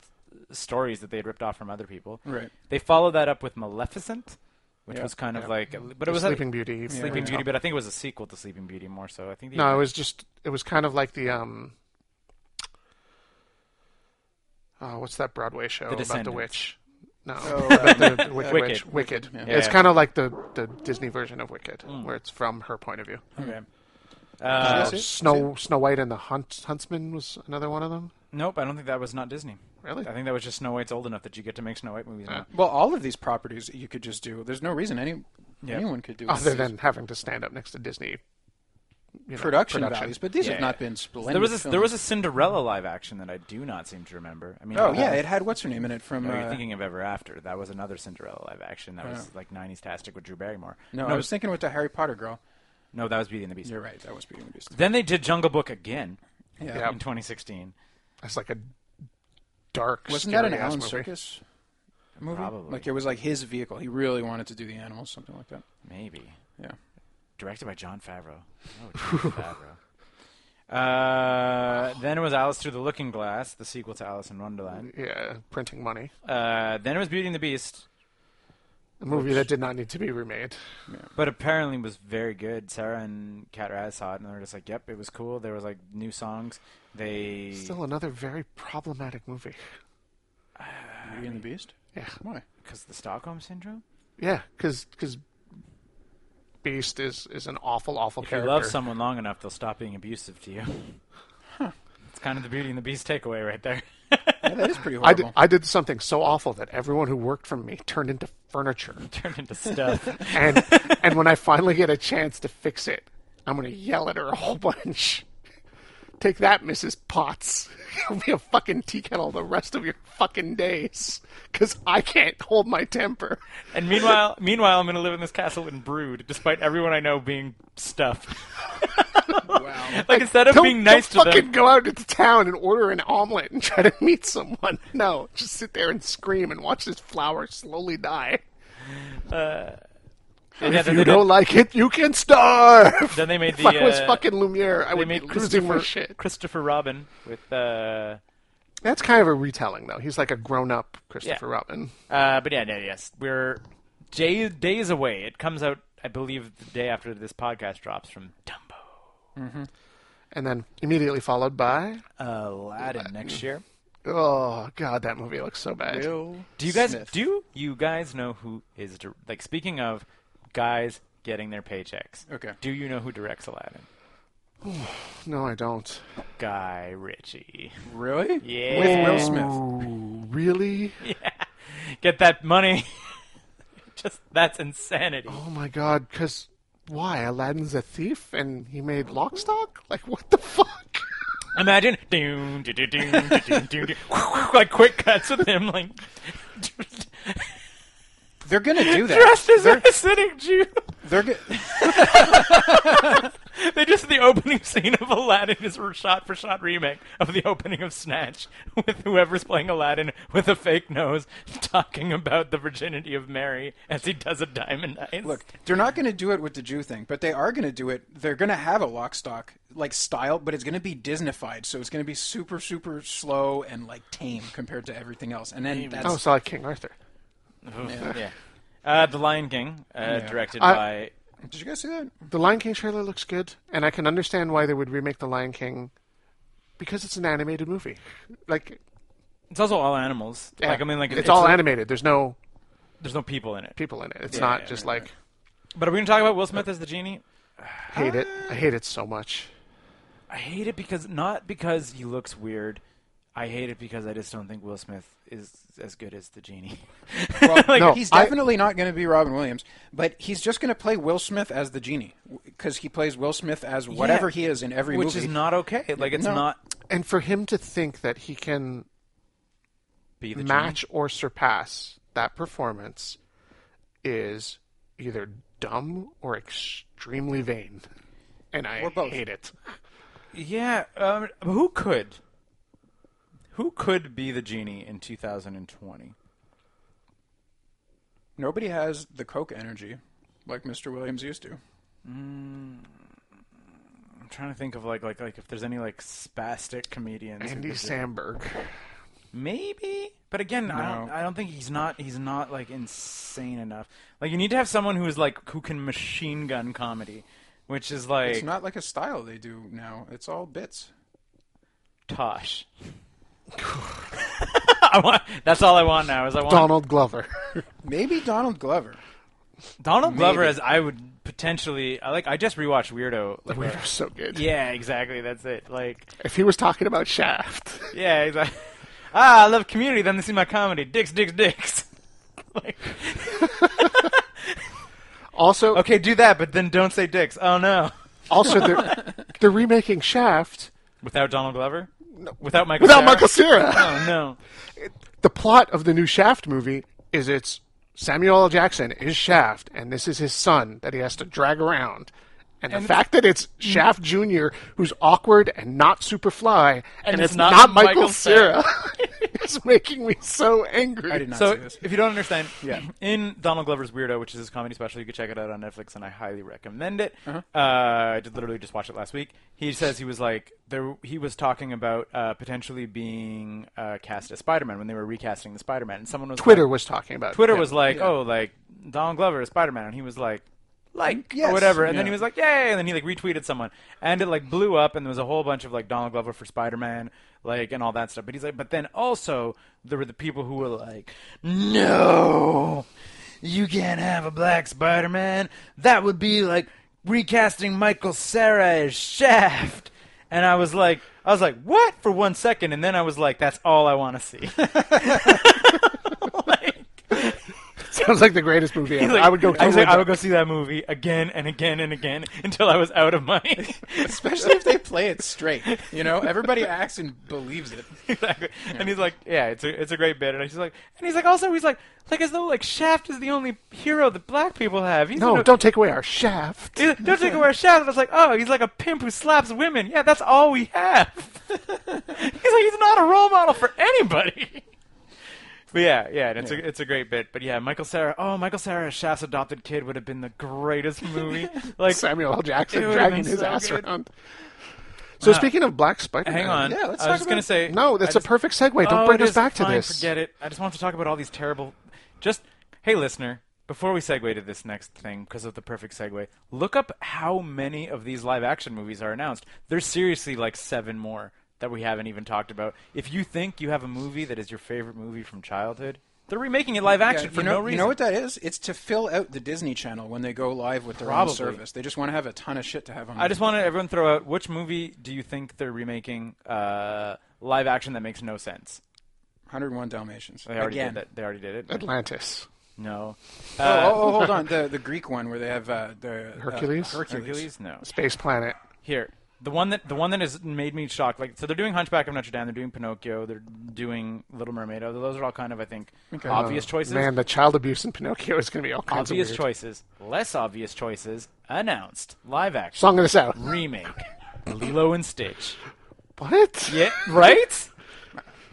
B: stories that they had ripped off from other people.
C: Right.
B: They followed that up with Maleficent, which
C: Yeah.
B: was kind
D: Yeah.
B: of like, but it was
D: Sleeping
B: Beauty.
D: Beauty.
B: Sleeping Beauty, but I think it was a sequel to Sleeping Beauty more so. I think the
D: No, it was just it was kind of like the um. Oh, what's that Broadway show about the
B: Descendants.
D: witch? No,
C: Oh,
D: about the, the Wicked.
B: Wicked.
D: Witch. Wicked.
B: Yeah. Mm.
D: It's kind of like the the Disney version of Wicked, where it's from her point of view.
C: Hmm.
B: Okay.
D: Uh,
B: Uh,
C: Is it?
D: Snow Snow White and the Hunt Huntsman was another one of them.
B: nope, I don't think that was not Disney.
D: Really?
C: Uh,
B: I think that was just Snow White's old enough that you get to make Snow White movies now.
C: Well, all of these properties you could just do. There's no reason any
B: Yeah.
C: anyone could do with
D: Other
C: these
D: than having to stand up next to Disney you know,
C: production, values, but these
B: Yeah,
C: have not
B: yeah.
C: been splendid.
B: There was a, there
C: films.
B: was a Cinderella live action that I do not seem to remember. I mean,
C: Oh yeah, it had what's her name in it from.
B: No, Oh, you're
C: uh,
B: thinking of Ever After. That was another Cinderella live action. That was like '90s tastic with Drew Barrymore.
C: no,
B: no,
C: I was thinking with the Harry Potter girl.
B: no, that was Beauty and the Beast.
C: You're right. That was Beauty and the Beast.
B: Then they did Jungle Book again
C: Yeah.
D: Yeah.
B: in 2016.
D: That's like a dark.
C: Wasn't that an
D: scary-ass
C: Alan
D: movie.
C: Circus movie?
B: Probably.
C: Like it was like his vehicle. He really wanted to do the animals, something like that.
B: Maybe.
C: Yeah.
B: directed by John Favreau. Oh, John Favreau. Uh, then it was Alice Through the Looking Glass, the sequel to Alice in Wonderland.
D: Yeah, printing money.
B: Uh, then it was Beauty and the Beast,
D: A movie that did not need to be remade.
B: but apparently was very good. Sarah and Kat Raz saw it, and they were just like, "Yep, it was cool." There was like new songs. They
D: Still another very problematic movie.
C: Beauty and the Beast?
D: Yeah.
C: Why?
B: because the Stockholm syndrome.
D: Yeah, because Beast is is an awful, awful
B: If
D: character.
B: you love someone long enough, they'll stop being abusive to you. It's kind of the Beauty and the Beast takeaway right there.
C: Yeah, that is pretty
D: I did,
C: horrible.
D: I did something so awful that everyone who worked for me turned into furniture.
B: Turned into stuff.
D: And and when I finally get a chance to fix it, I'm gonna yell at her a whole bunch. Take that, Mrs. Potts. You'll be a fucking tea kettle the rest of your fucking days. Cause I can't hold my temper.
B: And meanwhile, meanwhile, I'm going to live in this castle and brood, despite everyone I know being stuffed. wow! Like instead of
D: Don't-
B: being nice
D: don't
B: to
D: fucking
B: them,
D: go out into town and order an omelet and try to meet someone. No, just sit there and scream and watch this flower slowly die.
B: And yeah,
D: if
B: then, they
D: you don't
B: did-
D: like it, you can starve.
B: then they made
D: if
B: the.
D: I was
B: uh,
D: fucking Lumiere, I
B: they
D: would be
B: made
D: losing my
B: Christopher
D: shit.
B: Christopher Robin with. Uh,
D: That's kind of a retelling, though. He's like a grown-up Christopher
B: Yeah.
D: Robin.
B: uh, but yeah, no, yes, we're day, days away. It comes out, I believe, the day after this podcast drops from Dumbo.
D: And then immediately followed by,
B: Uh, Aladdin next year.
D: oh god, that movie looks so bad.
C: Will
B: Do you guys
C: Smith.
B: do you guys know who is dir- like speaking of guys getting their paychecks?
C: Okay.
B: Do you know who directs Aladdin?
D: No, I don't.
B: Guy Ritchie.
C: really?
B: Yeah.
C: With Will Smith.
D: Oh, really?
B: Get that money. Just that's insanity.
D: Oh my god, because why? Aladdin's a thief, and he made Lockstock. Like what the fuck?
B: Imagine doom, doo, doo, doom, doo, doom, doom, doo. like quick cuts with him like
C: They're gonna do that.
B: dressed as an Hasidic Jew.
C: They're go-
B: They just the opening scene of Aladdin is a shot for shot remake of the opening of Snatch with whoever's playing Aladdin with a fake nose talking about the virginity of Mary as he does a diamond heist.
C: look, they're not gonna do it with the Jew thing, but they are gonna do it. They're gonna have a lock stock like style, but it's gonna be Disneyfied, so it's gonna be super, super slow and like tame compared to everything else. And then that's
D: Oh, so like King Arthur.
B: yeah. Uh, the Lion King, uh, directed
D: I-
B: by
C: Did you guys see that?
D: The Lion King trailer looks good, and I can understand why they would remake The Lion King because it's an animated movie. Like,
B: It's also all animals. Like I mean, like
D: it's, all
B: a-
D: animated. There's no
B: There's no people in it.
D: people in it. It's
B: Yeah,
D: not
B: yeah,
D: just
B: right,
D: like
B: But are we gonna talk about Will Smith as the genie?
D: hate it. I hate it so much.
B: I hate it because not because he looks weird. I hate it because I just don't think Will Smith is as good as the genie. Like,
D: no.
C: He's
D: I-
C: definitely not going to be Robin Williams, but he's just going to play Will Smith as the genie because he plays Will Smith as whatever he is in every
B: which
C: movie.
B: is not okay. Like it's
C: No.
B: not
D: And for him to think that he can
B: be the genie.
D: match or surpass that performance is either dumb or extremely vain. And I
C: Or both.
D: hate it.
B: Yeah, um, who could? Who could be the genie in 2020?
C: Nobody has the Coke energy like Mr. Williams used to.
B: I'm trying to think of like like like if there's any like spastic comedians. who
D: Andy
B: could do-
D: Samberg.
B: Maybe, but again, I don't. I don't think he's not. He's not like insane enough. Like you need to have someone who is like who can machine gun comedy, which is like
C: It's not like a style they do now. It's all bits.
B: Tosh. I want. That's all I want now. Is I want
D: Donald Glover.
C: Maybe Donald Glover.
B: Donald Glover as I would potentially. I like. I just rewatched Weirdo. Like,
D: we were so good.
B: yeah, exactly. That's it. Like
D: If he was talking about Shaft,
B: yeah, exactly. Ah, I love Community. Then they see my comedy. Dicks, dicks, dicks. like,
D: also
B: okay, do that, but then don't say dicks. Oh no.
D: also they're, they're remaking Shaft
B: Without Donald Glover? No. Without Michael
D: without
B: Cera?
D: Michael Cera.
B: Oh, no.
D: the plot of the new Shaft movie is it's Samuel L. Jackson is Shaft, and this is his son that he has to drag around. And, the fact that
B: Mm.
D: it's Shaft Jr., who's awkward and not super fly, and, it's, not, Michael Cera, is making me so angry.
C: I did not see
B: So,
C: this.
B: if you don't understand,
C: Yeah.
B: in Donald Glover's Weirdo, which is his comedy special, you can check it out on Netflix, and I highly recommend it. Uh, I did literally just watch it last week. He says he was like, there, he was talking about uh, potentially being uh, cast as Spider Man when they were recasting the Spider Man. And someone was
D: Twitter
B: like-
D: was talking about it.
B: Twitter
D: Yeah.
B: was like, oh, like Donald Glover is Spider Man, and he was like, like
C: Yes.
B: or whatever, and then
C: Yeah.
B: he was like, yay, and then he like retweeted someone, and it like blew up, and there was a whole bunch of like Donald Glover for Spider Man, like and all that stuff. But he's like, but then also there were the people who were like, no, you can't have a black Spider Man. That would be like recasting Michael Sarah as Shaft. And I was like, I was like, what? For one second, and then I was like, that's all I want to see. Like-
D: Sounds like the greatest movie ever.
B: like-
D: I would go.
B: I, was like,
D: totally-
B: I would go see that movie again and again and again until I was out of money.
C: Especially if they play it straight. You know, everybody acts and believes it.
B: exactly. And he's like, yeah, it's a it's a great bit. And he's like, and he's like, also he's like, like as though like Shaft is the only hero that black people have. He's
D: No,
B: no-
D: don't take away our Shaft.
B: he's- don't take away Shaft. And I was like, oh, he's like a pimp who slaps women. Yeah, that's all we have. he's like, he's not a role model for anybody. But yeah, yeah, and it's a it's a great bit. But yeah, Michael Sarah. Oh, Michael Sarah, Shaft's adopted kid would have been the greatest movie. Like,
D: Samuel L. Jackson
B: It would've
D: dragging
B: been
D: his
B: so
D: ass
B: good.
D: around. So speaking of Black Spider,
B: Uh, Hang on.
C: Yeah, let's
B: I was just
C: talk
B: going
C: about-
B: to say.
D: No, that's
B: I
D: a perfect segue. Don't
B: Oh,
D: bring
B: it
D: us
B: is.
D: back to
B: Fine,
D: this.
B: Forget it. I just want to talk about all these terrible. Just hey, listener. Before we segue to this next thing, because of the perfect segue, look up how many of these live action movies are announced. There's seriously like seven more that we haven't even talked about. If you think you have a movie that is your favorite movie from childhood, they're remaking it live action
C: Yeah,
B: for
C: you know,
B: no reason.
C: You know what that is? It's to fill out the Disney Channel when they go live with their
B: Probably.
C: own service. They just want to have a ton of shit to have on.
B: I just wanted everyone to throw out which movie do you think they're remaking uh, live action that makes no sense?
C: 101 Dalmatians.
B: They already did
C: Again.
B: that. They already did
D: Uh,
B: it.
D: Atlantis.
B: No.
C: oh, oh, oh, hold on. The the Greek one where they have uh, the uh,
D: Hercules?
C: Hercules.
B: Hercules? No.
D: Space Planet.
B: Here. The one that the one that has made me shocked, like so they're doing Hunchback of Notre Dame, they're doing Pinocchio, they're doing Little Mermaid. Although Those are all kind of I think obvious choices.
D: Man, the child abuse in Pinocchio is going to be all kinds
B: obvious
D: of weird.
B: choices. Less obvious choices. Announced. Live action.
D: Song of the South.
B: Remake. Lilo and Stitch.
D: What?
B: Yeah right?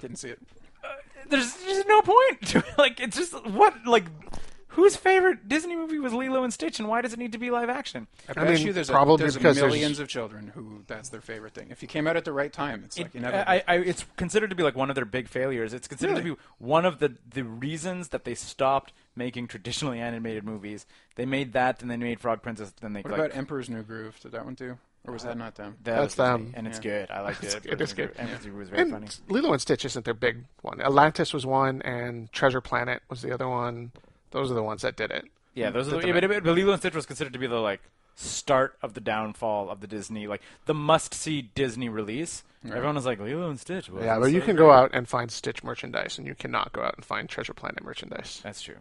C: Didn't see it.
B: There's just no point to it. Like it's just what like who Whose favorite Disney movie was Lilo and Stitch, and why does it need to be live action?
C: I
D: I
C: bet
D: mean,
C: you there's,
D: probably
C: a, there's
D: because there's-
C: millions of children who that's their favorite thing. If you came out at the right time, it's like you never.
B: uh, I, I, it's considered to be like one of their big failures. It's considered to
C: Really?
B: be one of the, the reasons that they stopped making traditionally animated movies. They made that, and they made Frog Princess. Then they
C: what
B: like,
C: about Emperor's New Groove? Did that one do, or
B: Uh,
C: was that not them?
B: that
D: That's
B: was
D: them.
B: Disney, and it's good. I liked it.
D: good, it's good.
B: Emperor's New Groove was very
D: And
B: funny.
D: Lilo and Stitch isn't their big one. Atlantis was one, and Treasure Planet was the other one. Those are the ones that did it.
B: Yeah, those are the, but, but, but Lilo and Stitch was considered to be the like start of the downfall of the Disney, like the must see Disney release. Everyone was like Lilo and Stitch. Was
D: Yeah, but you can go out and find Stitch merchandise, and you cannot go out and find Treasure Planet merchandise.
B: That's true.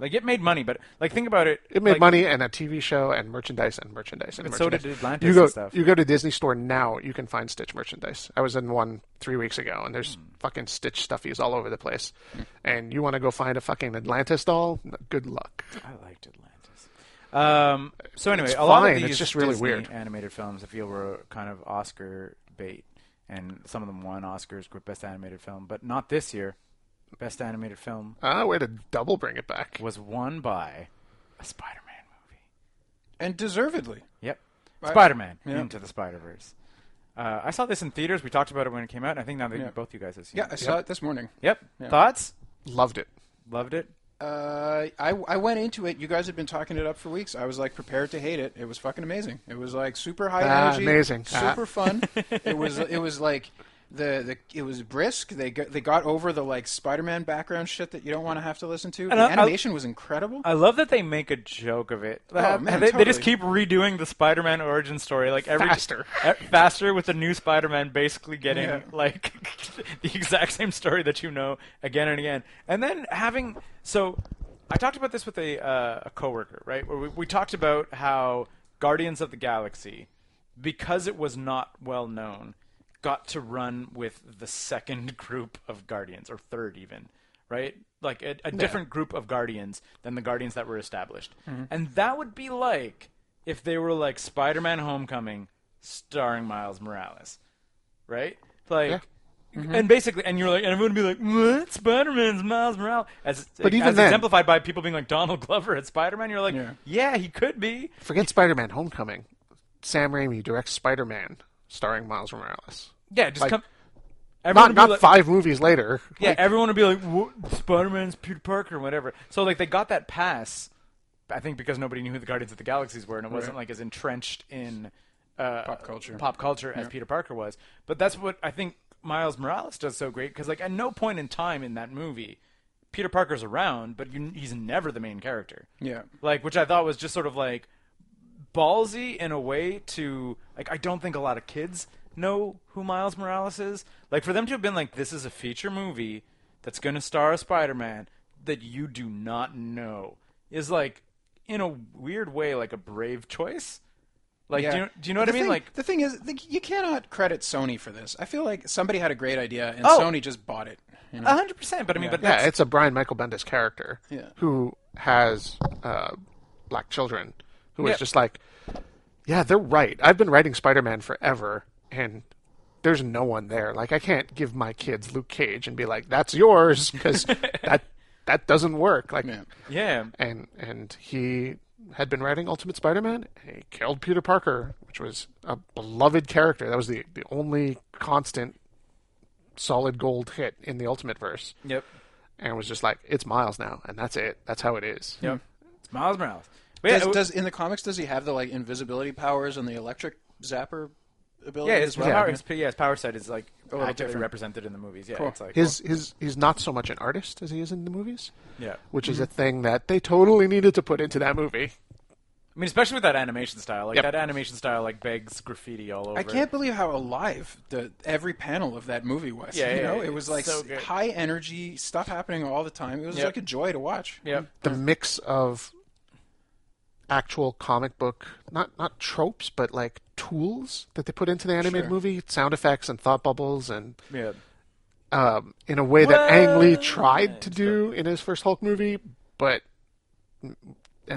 B: Like it made money, but like think about it.
D: It made
B: like,
D: money and a TV show and merchandise and merchandise and,
B: And so
D: merchandise.
B: did Atlantis
D: you go,
B: and stuff.
D: You go to Disney store now, you can find Stitch merchandise. I was in one three weeks ago, and
B: Hmm.
D: there's fucking Stitch stuffies all over the place. And you want to go find a fucking Atlantis doll? Good luck.
B: I liked Atlantis. Um, so anyway,
D: It's
B: a lot
D: fine,
B: of
D: it's
B: these
D: just really
B: Disney
D: weird.
B: animated films I feel were kind of Oscar bait, and some of them won Oscars for Best Animated Film, but not this year. Best Animated Film
D: Ah, way to double bring it back.
B: was won by a Spider-Man movie.
C: And deservedly.
B: Yep.
C: Right.
B: Spider Man
C: Yeah.
B: into the Spider Verse. Uh, I saw this in theaters. We talked about it when it came out. And I think now that
C: Yeah.
B: both you guys have seen
C: Yeah, I
B: it.
C: saw it this morning.
B: Yep.
C: Yeah.
B: Thoughts?
D: Loved it.
B: Loved it.
C: Uh, I I went into it. You guys had been talking it up for weeks. I was like prepared to hate it. It was fucking amazing. It was like super high
D: Ah,
C: energy,
D: amazing.
C: super
D: Ah.
C: fun. it was it was like the, the it was brisk. They got, they got over the like Spider-Man background shit that you don't want to have to listen to. the
B: I- Uh, I-
C: animation was incredible.
B: I love that they make a joke of it. Uh,
C: Oh, man,
B: they, they just
C: totally.
B: keep redoing the Spider Man origin story, like every
D: Faster.
B: e- faster with the new Spider Man basically getting
C: Yeah.
B: like the exact same story that you know again and again, and then having so. I talked about this with a uh, a coworker, right? Where we, we talked about how Guardians of the Galaxy, because it was not well known, got to run with the second group of Guardians or third even, right? Like a, a different group of Guardians than the Guardians that were established, and that would be like if they were like Spider-Man: Homecoming, starring Miles Morales, right? Like.
D: Mm-hmm.
B: And basically, and you're like, and everyone would be like, "What? Spider-Man's Miles Morales?" As,
D: But even
B: as
D: then-
B: exemplified by people being like Donald Glover at Spider-Man, you're like,
C: Yeah.
B: "Yeah, he could be."
D: Forget Spider Man Homecoming. Sam Raimi directs Spider Man, starring Miles Morales.
B: Yeah, just
D: Like-
B: come.
D: Not
B: Everyone would
D: not
B: be like,
D: five movies later.
B: Yeah, everyone would be like, "What? "Spider-Man's Peter Parker," or whatever. So like, they got that pass, I think, because nobody knew who the Guardians of the Galaxies were, and it wasn't like as entrenched in uh, pop
C: culture.
B: pop culture as Peter Parker was. But that's what I think Miles Morales does so great because like at no point in time in that movie, Peter Parker's around, but you, he's never the main character.
C: Yeah.
B: like which I thought was just sort of like ballsy in a way to like I don't think a lot of kids know who Miles Morales is. Like for them to have been like this is a feature movie that's going to star a Spider-Man that you do not know is like in a weird way like a brave choice. Like do you, do you know what
C: The
B: I mean?
C: thing-
B: like
C: the thing is, the, you cannot credit Sony for this. I feel like somebody had a great idea and
B: Oh. Uh,
C: Sony just bought it. You know?
B: hundred percent. But I mean, but
D: Yeah,
B: that's,
D: it's a Brian Michael Bendis character
C: Yeah.
D: who has uh, black children who is
B: Yeah.
D: just like, yeah, they're right. I've been writing Spider Man forever, and there's no one there. Like, I can't give my kids Luke Cage and be like, that's yours because that that doesn't work. Like,
C: Yeah.
B: yeah.
D: and and he had been writing Ultimate Spider-Man. and He killed Peter Parker, which was a beloved character. That was the the only constant solid gold hit in the Ultimate verse,
B: Yep.
D: and was just like it's Miles now, and that's it. That's how it is.
B: Yep. It's Hmm. Miles Morales. But yeah,
C: does,
B: it-
C: does in the comics does he have the like invisibility powers and the electric zapper ability
B: yeah,
C: as
B: his
C: well?
B: power, his, yeah, his power set is like actively
C: different.
B: represented in the movies. Yeah, it's like
D: His his he's not so much an artist as he is in the movies,
B: yeah.
D: which is a thing that they totally needed to put into that movie.
B: I mean, especially with that animation style. Like
D: Yep.
B: that animation style, like begs graffiti all over.
C: I
B: it.
C: can't believe how alive the every panel of that movie was.
B: Yeah,
C: you
B: yeah,
C: know,
B: yeah,
C: it was
B: it's
C: like
B: so
C: s-
B: good.
C: high energy stuff happening all the time. It was
B: Yep.
C: like a joy to watch.
B: Yep.
D: The mix of actual comic book not not tropes but like tools that they put into the animated
C: Sure.
D: movie sound effects and thought bubbles and
B: Yeah.
D: um, in a way that Ang Lee tried to
B: Well,
D: do in his first Hulk movie, but ended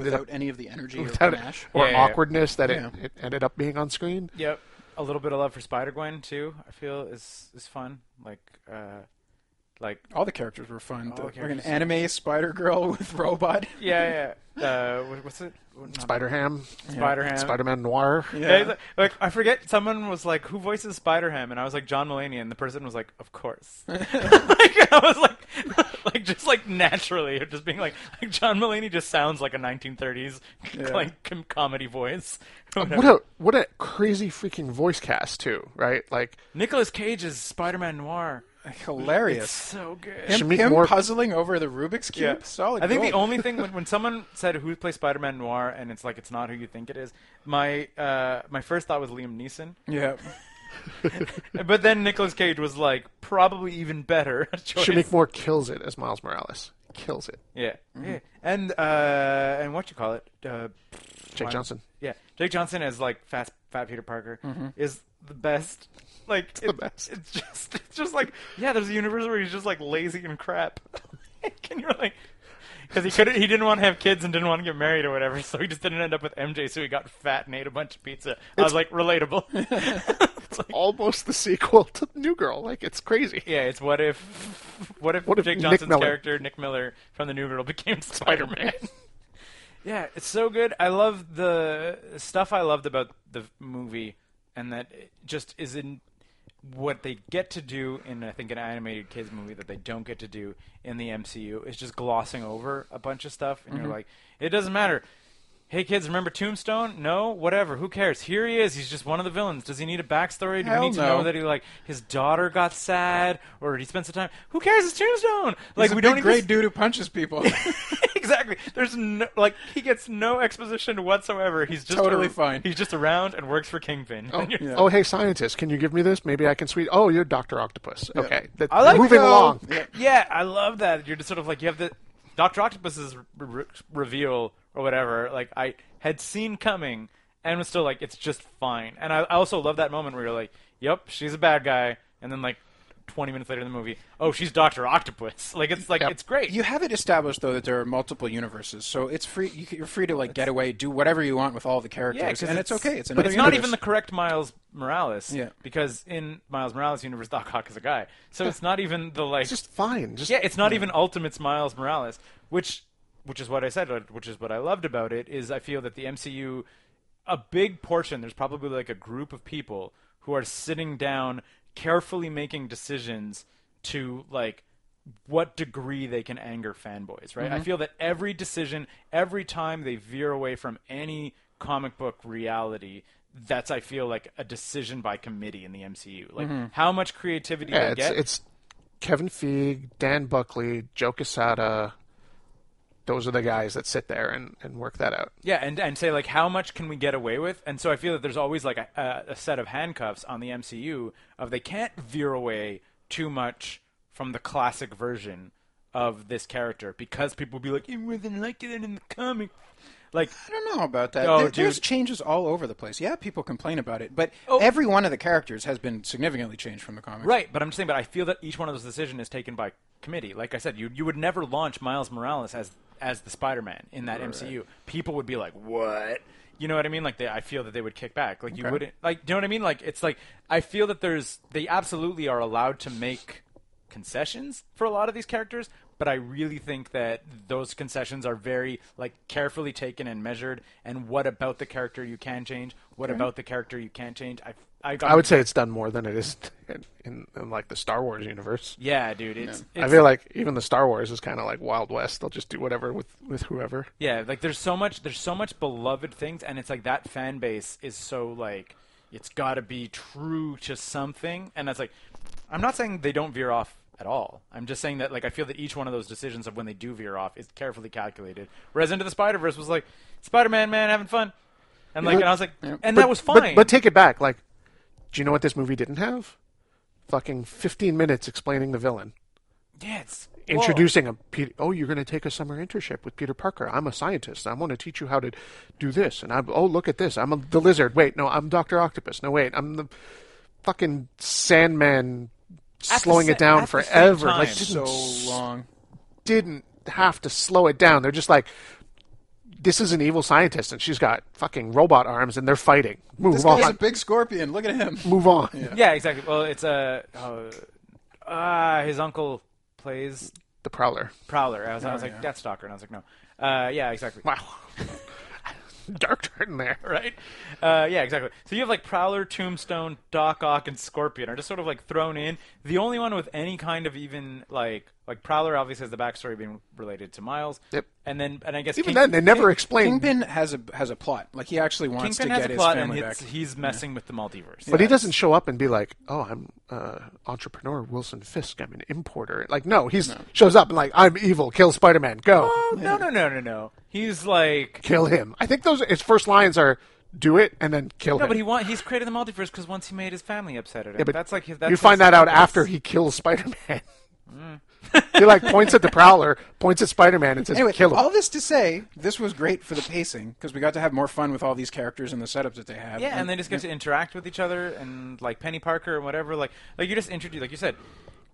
C: Without
D: up
C: any of the energy
D: without
C: or panache.
D: or
B: Yeah, yeah, yeah.
D: awkwardness that
C: Yeah.
D: it, it ended up being on screen.
B: Yep. A little bit of love for Spider Gwen too. I feel is is fun. Like, uh, Like
C: All the characters were fun. The- like
B: characters.
C: an anime Spider Girl with robot.
B: yeah, yeah. Uh, what- what's it?
D: Spider Ham,
B: Spider Ham.
D: Spider Man Noir.
B: Yeah. he's like, like, I forget. Someone was like, "Who voices Spider Ham?" And I was like, "John Mulaney." And the person was like, "Of course." like, I was like, like just like naturally, or just being like, like John Mulaney just sounds like a 1930s like com- comedy voice.
D: What a what a crazy freaking voice cast too, right? Like
B: Nicholas Cage's Spider Man Noir. It's
C: Hilarious.
B: so good.
D: Should
C: Him,
D: make
C: him
D: more-
C: puzzling over the Rubik's cube. Solid.
B: I think the
C: gold.
B: only thing when, when someone said who plays Spider-Man Noir and it's like it's not who you think it is, my uh, my first thought was Liam Neeson,
C: Yeah.
B: but then Nicolas Cage was like probably even better choice.
D: should make more kills it as Miles Morales. Kills it.
B: yeah.
D: Mm-hmm.
B: yeah, and uh, and what you call it, uh,
D: Jake
B: Wow.
D: Johnson. Mm-hmm.
B: yeah, Jake Johnson as like fast fat Peter Parker is the best. Like it's
D: the best.
B: It's just it's just like yeah, there's a universe where he's just like lazy and crap, and you're like. Because he could, not he didn't want to have kids and didn't want to get married or whatever, so he just didn't end up with MJ. So he got fat and ate a bunch of pizza. I was like, relatable. It's like-
D: Almost the sequel to New Girl. Like it's crazy.
B: yeah, it's what if, what if
D: What if
B: Jake
D: Nick
B: Johnson's
D: Miller-
B: character Nick Miller from the New Girl became Spider Man? yeah, it's so good. I love the stuff I loved about the movie, and that it just is in what they get to do in I think an animated kids movie that they don't get to do in the MCU is just glossing over a bunch of stuff, and
C: Mm-hmm.
B: you're like, it doesn't matter. Hey kids, remember Tombstone? No, whatever. Who cares? Here he is. He's just one of the villains. Does he need a backstory? Do we
C: Hell
B: need to
C: no.
B: know that he like his daughter got sad or he spent some time? Who cares? It's Tombstone. Like
C: He's a
B: we don't
C: big
B: need
C: great
B: this-
C: dude who punches people.
B: exactly. There's no like he gets no exposition whatsoever. He's just
C: Totally
B: a-
C: fine.
B: He's just around and works for Kingpin. And you're-
D: Oh hey scientist, can you give me this? Maybe I can sweet. Oh, you're Doctor Octopus. Okay, that,
B: I like
D: moving
B: how-
D: along.
B: Yeah, I love that. You're just sort of like you have the Doctor Octopus's re- re- reveal or whatever. Like I had seen coming and was still like it's just fine. And I, I also love that moment where you're like, "Yep, she's a bad guy," and then like 20 minutes later in the movie, "Oh, she's Doctor Octopus." Like it's like
D: Yep.
B: it's great.
C: you have it established though that there are multiple universes, so it's free. You, c- you're free to like get away, do whatever you want with all the characters,
B: Yeah, 'cause
C: and it's, okay. It's
B: but
C: another
B: it's not
C: universe.
B: even the correct Miles Morales.
C: Yeah.
B: because in Miles Morales universe, Doc Ock is a guy, so it's not even the like.
D: It's just fine. Just
B: yeah, it's not even Ultimates Miles Morales, which which is what I said, like, which is what I loved about it is I feel that the MCU, a big portion, there's probably like a group of people who are sitting down, carefully making decisions to like what degree they can anger fanboys, right? I
D: Mm-hmm.
B: feel that every decision, every time they veer away from any comic book reality, that's I feel like a decision by committee in the MCU. Like how much creativity
D: Mm-hmm. Yeah,
B: they
D: it's,
B: get.
D: it's Kevin Feige, Dan Buckley, Joe Quesada. Those are the guys that sit there and, and work that out.
B: Yeah, and and say like how much can we get away with? And so I feel that there's always like a, a, a set of handcuffs on the MCU of they can't veer away too much from the classic version of this character because people will be like, it wasn't like it in the comic. Like
C: I don't know about that.
B: Oh,
C: There- there's
B: dude. Oh.
C: changes all over the place. Yeah, people complain about it, but every one of the characters has been significantly changed from the comics.
B: Right, but I'm just saying. But I feel that each one of those decisions is taken by committee. Like I said, you you would never launch Miles Morales as as the Spider-Man in that MCU. People would be like, "What?" You know what I mean? Like they, I feel that they would kick back. Like you wouldn't. Like do you know what I mean? Like it's like I feel that there's they absolutely are allowed to make concessions for a lot of these characters, but I really think that those concessions are very like carefully taken and measured. And what about the character you can change? What about the character you can't change? I I, got,
D: I would say it's done more than it is in, in, in like the Star Wars universe.
B: yeah, dude. It's,
D: I
B: it's
D: feel like even the Star Wars is kind of like Wild West. They'll just do whatever with, with whoever.
B: Yeah, like there's so much there's so much beloved things and it's like that fan base is so like it's got to be true to something and that's like I'm not saying they don't veer off at all. I'm just saying that like I feel that each one of those decisions of when they do veer off is carefully calculated. Whereas Into the Spider-Verse was like Spider-Man man having fun. And like and I was like and that was
D: But-
B: fine.
D: But, take it back. Like, do you know what this movie didn't have? Fucking 15 minutes explaining the villain.
B: yeah, it's whoa.
D: Introducing a Peter, oh, you're going to take a summer internship with Peter Parker. I'm a scientist. I want to teach you how to do this. And I'm, oh, look at this. I'm a, the lizard. Wait, no, I'm Dr. Octopus. No, wait, I'm the fucking Sandman
B: At the
D: slowing
B: sa-
D: it down
B: at the same
D: forever.
B: time.
D: Like, didn't
C: So long.
D: didn't have to slow it down. They're just like, this is an evil scientist, and she's got fucking robot arms, and they're fighting. Move
C: This
D: on.
C: guy's a big scorpion. Look at him.
D: Move on.
B: Yeah, exactly. Well, it's uh, uh, uh oh, his uncle plays
D: The Prowler.
B: Prowler. I was,
D: Oh,
B: I was like
C: yeah.
B: Deathstalker, and I was like, no. Uh, yeah, exactly.
D: Wow. Dark turn there.
B: Right? Uh, yeah, exactly. So you have like Prowler, Tombstone, Doc Ock, and Scorpion are just sort of like thrown in. The only one with any kind of even like like Prowler obviously has the backstory being related to Miles.
D: Yep.
B: And then and I guess
D: Even
B: King-
D: then, they never explain.
C: Kingpin has a has a plot. Like he actually wants
B: Kingpin
C: to
B: has
C: get
B: a
C: his
B: plot and
C: family back.
B: it's, he's messing with the multiverse.
D: But he doesn't show up and be like, "Oh, I'm uh, entrepreneur Wilson Fisk. I'm an importer." Like, no, he's shows up and like, "I'm evil. Kill Spider-Man. Go
B: Oh, no, no, no, no, no. He's like
D: kill him." I think those his first lines are, "Do it and then kill
B: no,
D: him."
B: but he want, he's created the multiverse because once he made his family upset at him.
D: Yeah, but
B: that's like his, Mm. that's
D: you find
B: his
D: that out
B: purpose.
D: after he kills Spider-Man. he like points at the Prowler, points at Spider-Man, and says,
C: Anyway,
D: "Kill him."
C: all this to say, this was great for the pacing because we got to have more fun with all these characters and the setups that they have.
B: Yeah, and they just get to interact with each other and like Penny Parker and whatever. Like, like you just introduce, like you said,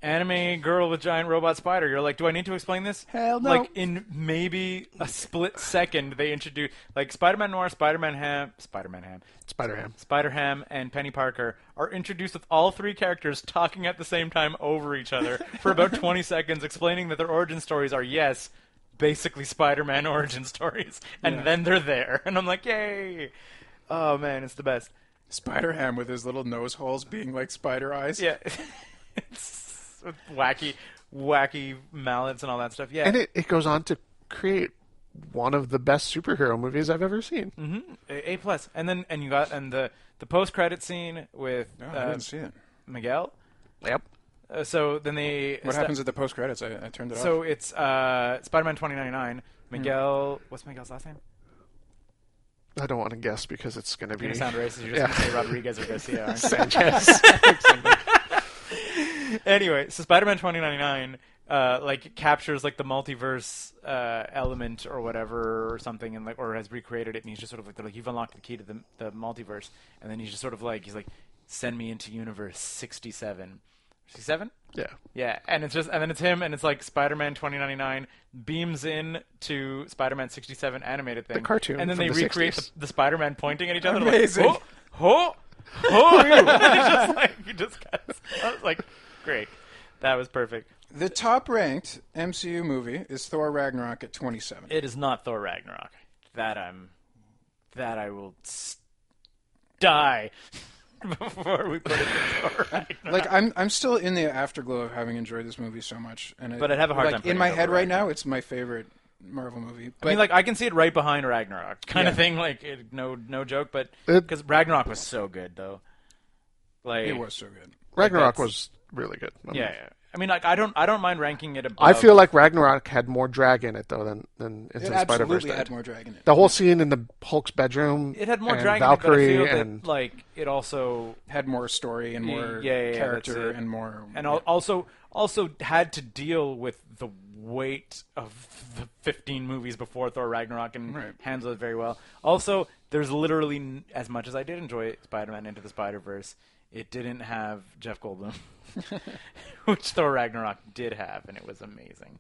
B: anime girl with giant robot spider. You're like, do I need to explain this?
C: Hell no.
B: Like in maybe a split second, they introduce like Spider-Man Noir, Spider-Man Ham, Spider-Man Ham,
D: Spider-Ham.
B: Spider Ham and Penny Parker are introduced with all three characters talking at the same time over each other for about 20 seconds, explaining that their origin stories are, yes, basically Spider Man origin stories. And then they're there. And I'm like, yay! Oh, man, it's the best.
C: Spider Ham with his little nose holes being like spider eyes.
B: Yeah. it's wacky, wacky mallets and all that stuff. Yeah.
D: And it, it goes on to create one of the best superhero movies I've ever seen.
B: A A plus, and then and you got and the the post credit scene with
C: No, I
B: uh,
C: didn't see it.
B: Miguel.
D: Yep.
B: Uh, so then they
C: What
B: esta-
C: happens at the post credits? I, I turned it
B: So
C: off.
B: it's uh, Spider-Man 2099.
C: Hmm.
B: Miguel, what's Miguel's last name?
D: I don't want to guess because it's going to be
B: Mm-hmm. You're gonna sound racist. You're just
D: Yeah.
B: gonna say Rodriguez or Garcia. aren't you?
D: Sanchez.
B: anyway, so Spider-Man 2099 uh, like captures like the multiverse uh, element or whatever or something, and like or has recreated it, and he's just sort of like they're like you've unlocked the key to the the multiverse, and then he's just sort of like he's like send me into universe 67, 67.
D: yeah.
B: Yeah, and it's just and then it's him and it's like Spider-Man 2099 beams in to Spider-Man 67 animated thing. The
D: cartoon
B: And then
D: from
B: they
D: the
B: recreate
D: 60s.
B: The, the Spider-Man pointing at each other
C: Amazing.
B: like, "Ho! Ho! Ho!" and it's just like you just cuts. I was like, "Great. That was perfect."
C: the top ranked MCU movie is Thor Ragnarok at 27.
B: It is not Thor Ragnarok. That I'm that I will s- die before we put it to Thor Ragnarok.
C: like I'm, I'm still in the afterglow of having enjoyed this movie so much, and it,
B: But I'd have a hard
C: like,
B: time putting
C: in my
B: it
C: head
B: over
C: right now. It's my favorite Marvel movie. But
B: I mean, like I can see it right behind Ragnarok, kind of thing. Like it, no, no joke, but
D: It-
B: because Ragnarok was so good, though. Like
C: it was so good.
D: Ragnarok
B: that's-
D: was really good. I mean,
B: yeah. Um, yeah. I mean, like I don't, I don't mind ranking it above.
D: I feel like Ragnarok had more drag in it though than than Into
C: It
D: the Spider Verse
C: absolutely
D: did.
C: had more dragon in it.
D: the whole scene in the Hulk's bedroom.
B: it had more
D: and
B: dragon,
D: Valkyrie
B: but I feel
D: and
B: that like it also
C: Had more story and more
B: Yeah, yeah, yeah, that's
C: character
B: it.
C: and more
B: and al- also also had to deal with the weight of the 15 movies before Thor Ragnarok and
C: Right.
B: handled it very well. Also, there's literally n- as much as I did enjoy Spider-Man Into the Spider-Verse, it didn't have Jeff Goldblum, which Thor Ragnarok did have, and it was amazing.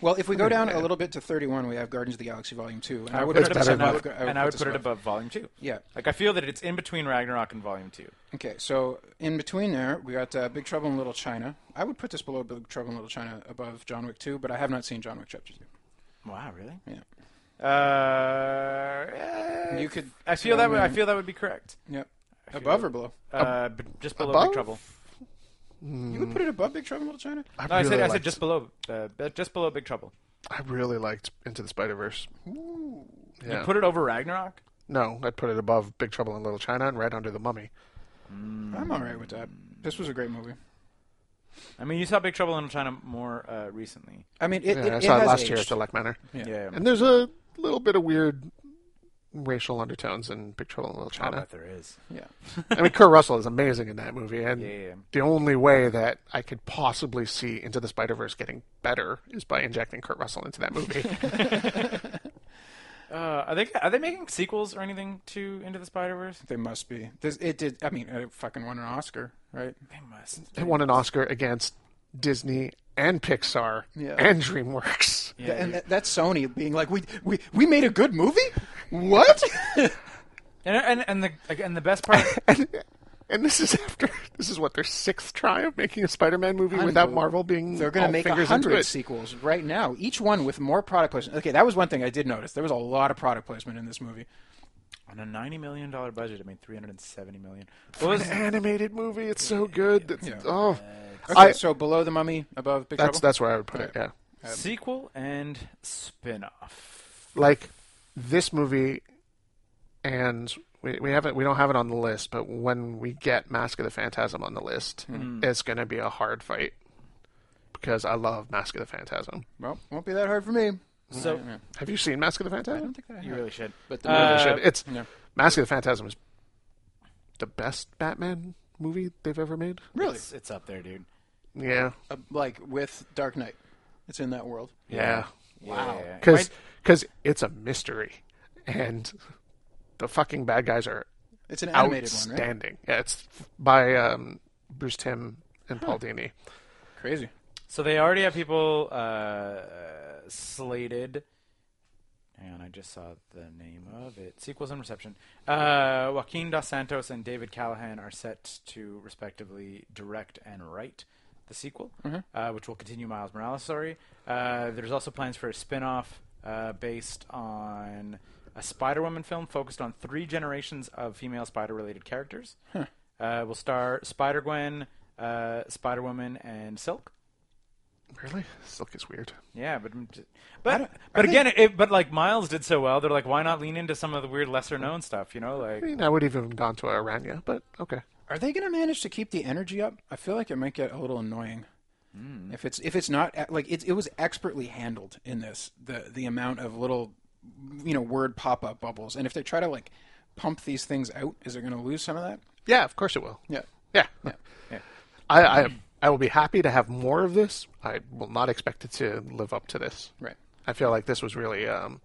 C: Well, if we go down a little bit to 31, we have Guardians of the Galaxy Volume 2. And I would
B: put
C: put
B: it
C: this
B: above, and I
C: above-
B: would, and I would
C: this
B: put it above Volume Two.
C: Yeah.
B: like I feel that it's in between Ragnarok and Volume Two.
C: Okay, so in between there, we got uh, Big Trouble in Little China. I would put this below Big Trouble in Little China, above John Wick 2, but I have not seen John Wick Chapter 2.
B: Wow, really?
C: Yeah.
B: Uh,
C: You could-
B: I feel that. Would, I feel that would be correct.
C: Yep. Above or below?
B: Uh, b- just below
D: above?
B: Big Trouble.
D: Mm.
C: You would put it above Big Trouble in Little China?
D: I,
B: No, I
D: really
B: said I said
D: liked-
B: just below, uh, b- just below Big Trouble.
D: I really liked Into the Spider Verse. Yeah.
B: Put it over Ragnarok.
D: no, I'd put it above Big Trouble in Little China and right under the Mummy.
C: I'm all right with that. This was a great movie.
B: I mean, you saw Big Trouble in Little China more uh, recently.
C: I mean, it,
D: Yeah,
C: it,
D: I
C: it
D: saw it
C: has
D: last year at
C: aged.
D: the Lec Manor.
B: Yeah,
D: And there's a little bit of weird racial undertones in Big Trouble in Little
B: I
D: China.
B: bet there is.
C: Yeah.
D: I mean, Kurt Russell is amazing in that movie, and
B: Yeah, yeah, yeah.
D: the only way that I could possibly see Into the Spider Verse getting better is by injecting Kurt Russell into that movie.
B: Uh, are they are they making sequels or anything to Into the Spider Verse?
C: They must be. This, it did. I mean, it fucking won an Oscar, right?
B: They must.
D: it won an Oscar against Disney and Pixar
C: Yeah.
D: and DreamWorks.
B: Yeah,
C: and
B: dude.
C: that, that's Sony being like, we we we made a good movie. What?
B: and and and the and the best part.
D: And this is after this is what their sixth try of making a Spider-Man movie without Marvel being
C: They're going
D: all
C: to make a
D: fingers into
C: hundred
D: it.
C: sequels right now, each one with more product placement. Okay, that was one thing I did notice. There was a lot of product placement in this movie.
B: On a ninety million dollar budget, I mean three hundred and seventy million. What was
D: An animated movie. It's so good. That's,
C: Yeah.
D: Oh,
C: Okay,
D: I-
C: so below the Mummy, above Big
D: that's
C: Trouble.
D: that's where I would put it. Yeah,
B: sequel and spin-off?
D: like this movie, and we we haven't we don't have it on the list, but when we get Mask of the Phantasm on the list,
C: Mm-hmm.
D: it's going to be a hard fight because I love Mask of the Phantasm.
C: well, won't be that hard for me.
B: So
D: Have you seen Mask of the Phantasm?
C: I don't think that I
B: you
C: have.
B: really should.
D: but the movie
B: Uh,
D: should. It's
C: yeah.
D: Mask of the Phantasm is the best Batman movie they've ever made.
C: really
B: It's, it's up there, dude.
D: Yeah,
C: Uh, like with Dark Knight. It's in that world.
D: yeah,
B: Wow. Yeah, yeah.
D: because it's a mystery, and the fucking bad guys are
C: It's an animated one, right?
D: outstanding. Yeah, it's by um, Bruce Tim and Paul Dini.
C: Crazy.
B: So they already have people uh, slated. Hang on, I just saw the name of it. Sequels and reception. Uh, Joaquin Dos Santos and David Callahan are set to respectively direct and write the sequel, uh, which will continue Miles Morales' story. Uh, there's also plans for a spin-off uh, based on a Spider-Woman film focused on three generations of female spider-related characters. Uh, will star Spider-Gwen, uh, Spider-Woman, and Silk.
D: Really, Silk is weird.
B: Yeah, but
C: I
B: but
C: don't-
B: but
C: I
B: again, it, but like Miles did so well, they're like, why not lean into some of the weird, lesser known stuff? You know,
D: I
B: like
D: mean, I would even have gone to Aranya, but okay.
C: Are they going to manage to keep the energy up? I feel like it might get a little annoying. If it's if it's not a- like it, it was expertly handled in this the the amount of little you know word pop up bubbles and if they try to like pump these things out is it going to lose some of that?
D: Yeah, of course it will.
C: Yeah.
D: Yeah, I, I I will be happy to have more of this. I will not expect it to live up to this.
C: Right.
D: I feel like this was really um,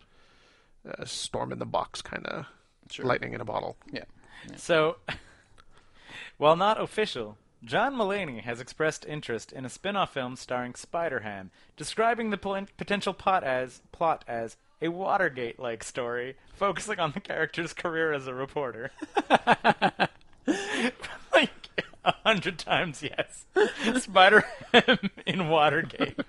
D: a storm in the box kind of lightning in a bottle.
C: Yeah.
B: so. While not official, John Mulaney has expressed interest in a spin-off film starring Spider-Ham, describing the pl- potential plot as plot as a Watergate-like story focusing on the character's career as a reporter. like a hundred times, yes. Spider-Ham in Watergate.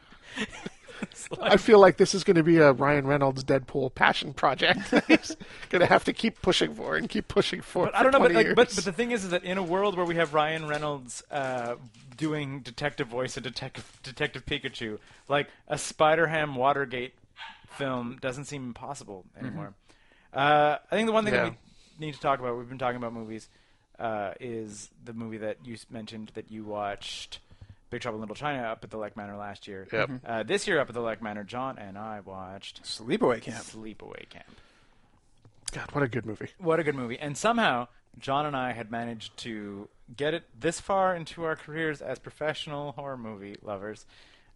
B: It's like-
D: I feel like this is going to be a Ryan Reynolds Deadpool passion project. He's going to have to keep pushing for and keep pushing for.
B: But I don't know,
D: for
B: but,
D: 20
B: like, but
D: years.
B: but the thing is, is that in a world where we have Ryan Reynolds uh, doing detective voice and detective Detective Pikachu, like a Spider Ham Watergate film doesn't seem impossible anymore. Uh, I think the one thing
D: Mm-hmm. Yeah.
B: that we need to talk about, we've been talking about movies, uh, is the movie that you s- mentioned that you watched. Big Trouble in Little China up at the Lek Manor last year.
D: Yep. Mhm.
B: Uh, this year up at the Lek Manor, John and I watched
C: Sleepaway camp.
B: Sleepaway Camp.
D: God, what a good movie.
B: What a good movie. And somehow, John and I had managed to get it this far into our careers as professional horror movie lovers.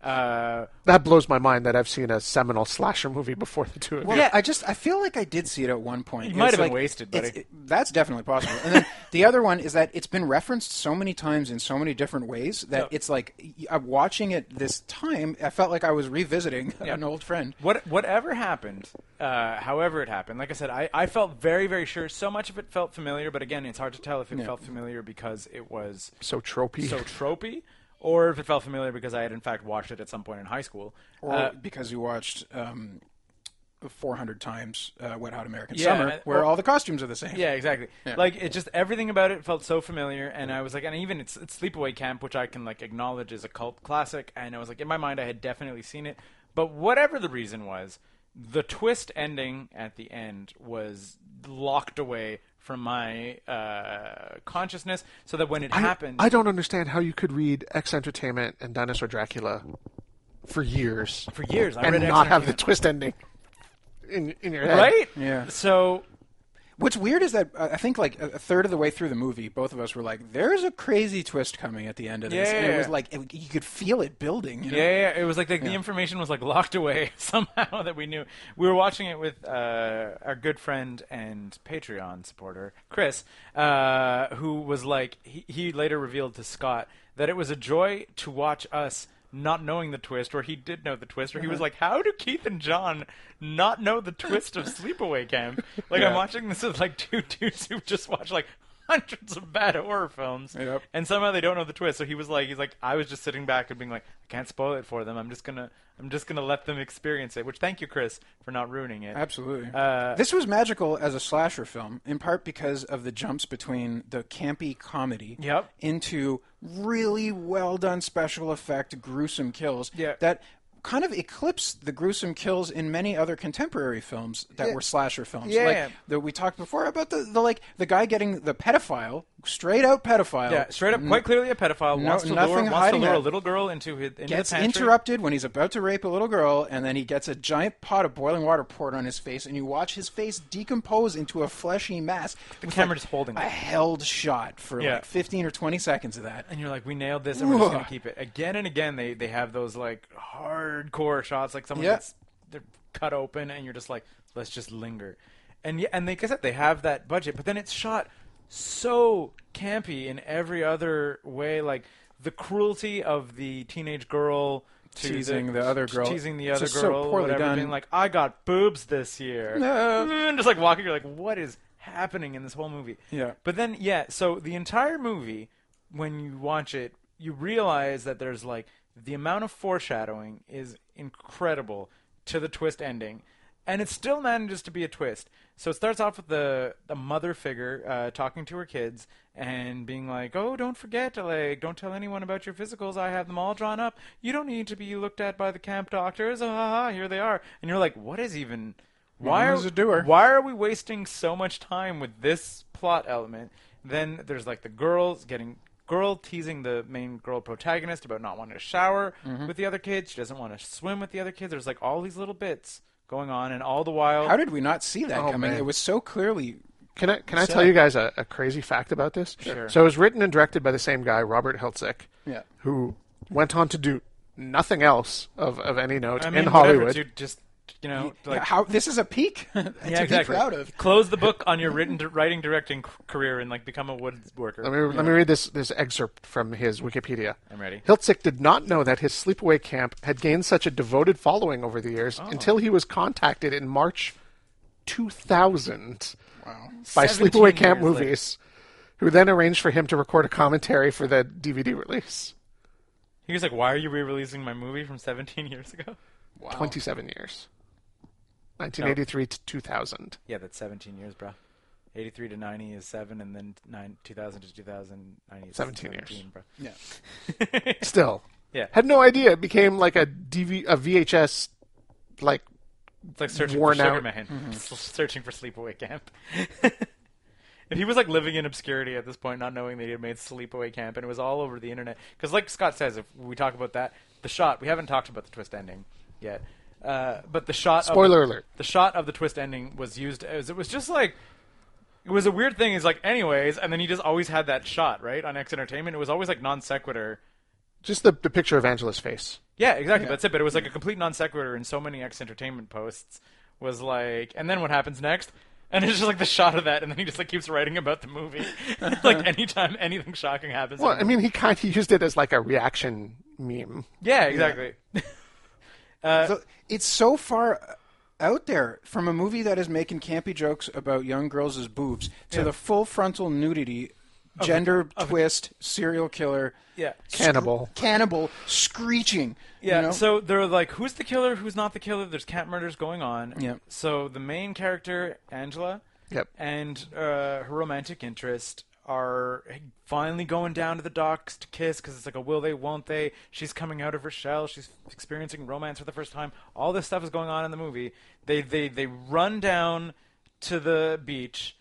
B: Uh,
D: That blows my mind that I've seen a seminal slasher movie before the two of
C: Well,
D: you.
C: I just I feel like I did see it at one point.
B: You might
C: It's
B: have been
C: like-
B: wasted,
C: it's-
B: buddy.
C: it- that's definitely possible. And then the other one is that it's been referenced so many times in so many different ways that it's like y- I'm watching it this time. I felt like I was revisiting an old friend.
B: what whatever happened, uh, however it happened, like I said, I, I felt very very sure. So much of it felt familiar, but again, it's hard to tell if it felt familiar because it was
D: So tropey.
B: so tropey, or if it felt familiar because I had in fact watched it at some point in high school.
C: Or because you watched um, 400 times uh, Wet Hot American
B: Yeah,
C: Summer,
B: and-
C: where
B: well-
C: all the costumes are the same.
B: Yeah, exactly. Like it just everything about it felt so familiar, and I was like, and even it's, it's Sleepaway Camp, which I can like acknowledge is a cult classic, and I was like, in my mind, I had definitely seen it, but whatever the reason was, the twist ending at the end was locked away from my uh, consciousness, so that when it
D: I-
B: happened,
D: I don't understand how you could read X Entertainment and Dinosaur Dracula for years
B: for years I
D: and
B: read X
D: not have the
B: Entertainment.
D: twist ending in in your head.
B: right.
C: Yeah.
B: So
C: What's weird is that uh, I think like a a third of the way through the movie, both of us were like, "There's a crazy twist coming at the end of this," and
B: Yeah.
C: it was like it, you could feel it building. You know?
B: Yeah, yeah, yeah. it was like, like the information was like locked away somehow that we knew. We were watching it with uh, our good friend and Patreon supporter Chris, uh, who was like he, he later revealed to Scott that it was a joy to watch us not knowing the twist, or he did know the twist, or he
C: Uh-huh.
B: was like, "How do Keith and John not know the twist of Sleepaway Camp?" Like I'm watching this with like two dudes who just watched like. hundreds of bad horror films,
C: Yep.
B: and somehow they don't know the twist. So he was like, he's like, I was just sitting back and being like, I can't spoil it for them. I'm just gonna, I'm just gonna let them experience it. Which thank you, Chris, for not ruining it.
C: Absolutely.
B: Uh,
C: this was magical as a slasher film, in part because of the jumps between the campy comedy
B: Yep.
C: into really well done special effect gruesome kills
B: Yeah.
C: that kind of eclipsed the gruesome kills in many other contemporary films that were slasher films.
B: Yeah.
C: Like that we talked before about the, the like the guy getting the pedophile, straight out pedophile.
B: Yeah, straight up, quite clearly a pedophile.
C: no-
B: wants to lure,
C: nothing
B: wants to
C: hiding
B: lure a
C: that.
B: little girl into his into
C: gets
B: the pantry.
C: interrupted when he's about to rape a little girl, and then he gets a giant pot of boiling water poured on his face, and you watch his face decompose into a fleshy mass.
B: The camera just holding
C: A
B: it.
C: held shot for
B: Yeah.
C: like 15 or 20 seconds of that.
B: and you're like, we nailed this, and we're just
C: Whoa.
B: gonna keep it. Again and again, they they have those like hardcore shots, like someone
C: Yeah.
B: gets they're cut open, and you're just like, let's just linger. And yeah, and they like I said, they have that budget, but then it's shot so campy in every other way, like the cruelty of the teenage girl. To
C: Teasing the other girl.
B: teasing the
C: It's
B: other
C: just so
B: girl,
C: poorly
B: whatever,
C: done.
B: being like, "I got boobs this year,"
C: No.
B: and just like walking, you're like, "What is happening in this whole movie?"
C: Yeah.
B: But then, yeah, so the entire movie, when you watch it, you realize that there's like the amount of foreshadowing is incredible to the twist ending, and it still manages to be a twist. So it starts off with the the mother figure uh, talking to her kids and being like, "Oh, don't forget, like, don't tell anyone about your physicals. I have them all drawn up. You don't need to be looked at by the camp doctors. Ah, ha, ha, here they are." And you're like, "What is even?" Why
C: Mom
B: are
C: is a doer.
B: why are we wasting so much time with this plot element? Then there's like the girls getting girl teasing the main girl protagonist about not wanting to shower
C: Mm-hmm.
B: with the other kids. She doesn't want to swim with the other kids. There's like all these little bits going on, and all the while,
C: How did we not see that
D: Oh,
C: coming?
D: man.
C: It was so clearly.
D: Can I can I
C: So-
D: tell you guys a, a crazy fact about this?
B: Sure.
D: So it was written and directed by the same guy, Robert Hiltzik,
C: Yeah.
D: who went on to do nothing else of, of any note
B: I mean,
D: in
B: whatever,
D: Hollywood.
B: dude, just you know, like
C: how this is a peak to
B: yeah, exactly.
C: be proud of.
B: Close the book on your written writing directing c- career and like become a wood worker.
D: Let me, let me read this, this excerpt from his Wikipedia.
B: I'm ready.
D: Hiltzik did not know that his sleepaway camp had gained such a devoted following over the
B: Oh.
D: years until he was contacted in March 2000 by
B: 17
D: Sleepaway Camp
B: years later.
D: Movies, who then arranged for him to record a commentary for the DVD release
B: He was like, "Why are you re-releasing my movie from 17 years ago?"
D: 27 years.
B: Oh.
D: 1983 to 2000.
B: Yeah, that's 17 years, bro. 83 to 90 is 7, and then nine, 2000 to 2090 is
D: 17 years.
B: bro.
C: Yeah.
D: Still.
B: Yeah.
D: Had no idea. It became like a, DV, a VHS, like,
B: It's like searching
D: Worn
B: for Sugar
D: out. Mm-hmm.
B: Man. S- Searching for Sleepaway Camp. if he was like living in obscurity at this point, not knowing that he had made Sleepaway Camp, and it was all over the internet. Because, like Scott says, if we talk about that, the shot, we haven't talked about the twist ending yet. Uh, but the shot.
D: Spoiler
B: of,
D: alert.
B: The shot of the twist ending was used as it was just like. It was a weird thing. He's like, anyways, and then he just always had that shot, right? On X Entertainment, it was always like non sequitur.
D: just the, the picture of Angela's face.
B: Yeah, exactly. That's it. But it was like a complete non sequitur in so many X Entertainment posts. Was like, and then what happens next? And it's just like the shot of that, and then he just like keeps writing about the movie. like anytime anything shocking happens.
D: Well, I mean, he kind of used it as like a reaction meme.
B: yeah, exactly. Uh,
C: So it's so far out there from a movie that is making campy jokes about young girls' boobs to the full frontal nudity, gender twist, serial killer,
B: yeah.
D: Cannibal.
C: cannibal screeching.
B: Yeah,
C: you know?
B: so they're like, who's the killer? Who's not the killer? There's cat murders going on.
C: Yeah.
B: So the main character, Angela,
D: Yep.
B: and uh, her romantic interest are finally going down to the docks to kiss because it's like a will they, won't they? She's coming out of her shell. She's experiencing romance for the first time. All this stuff is going on in the movie. They they they run down to the beach,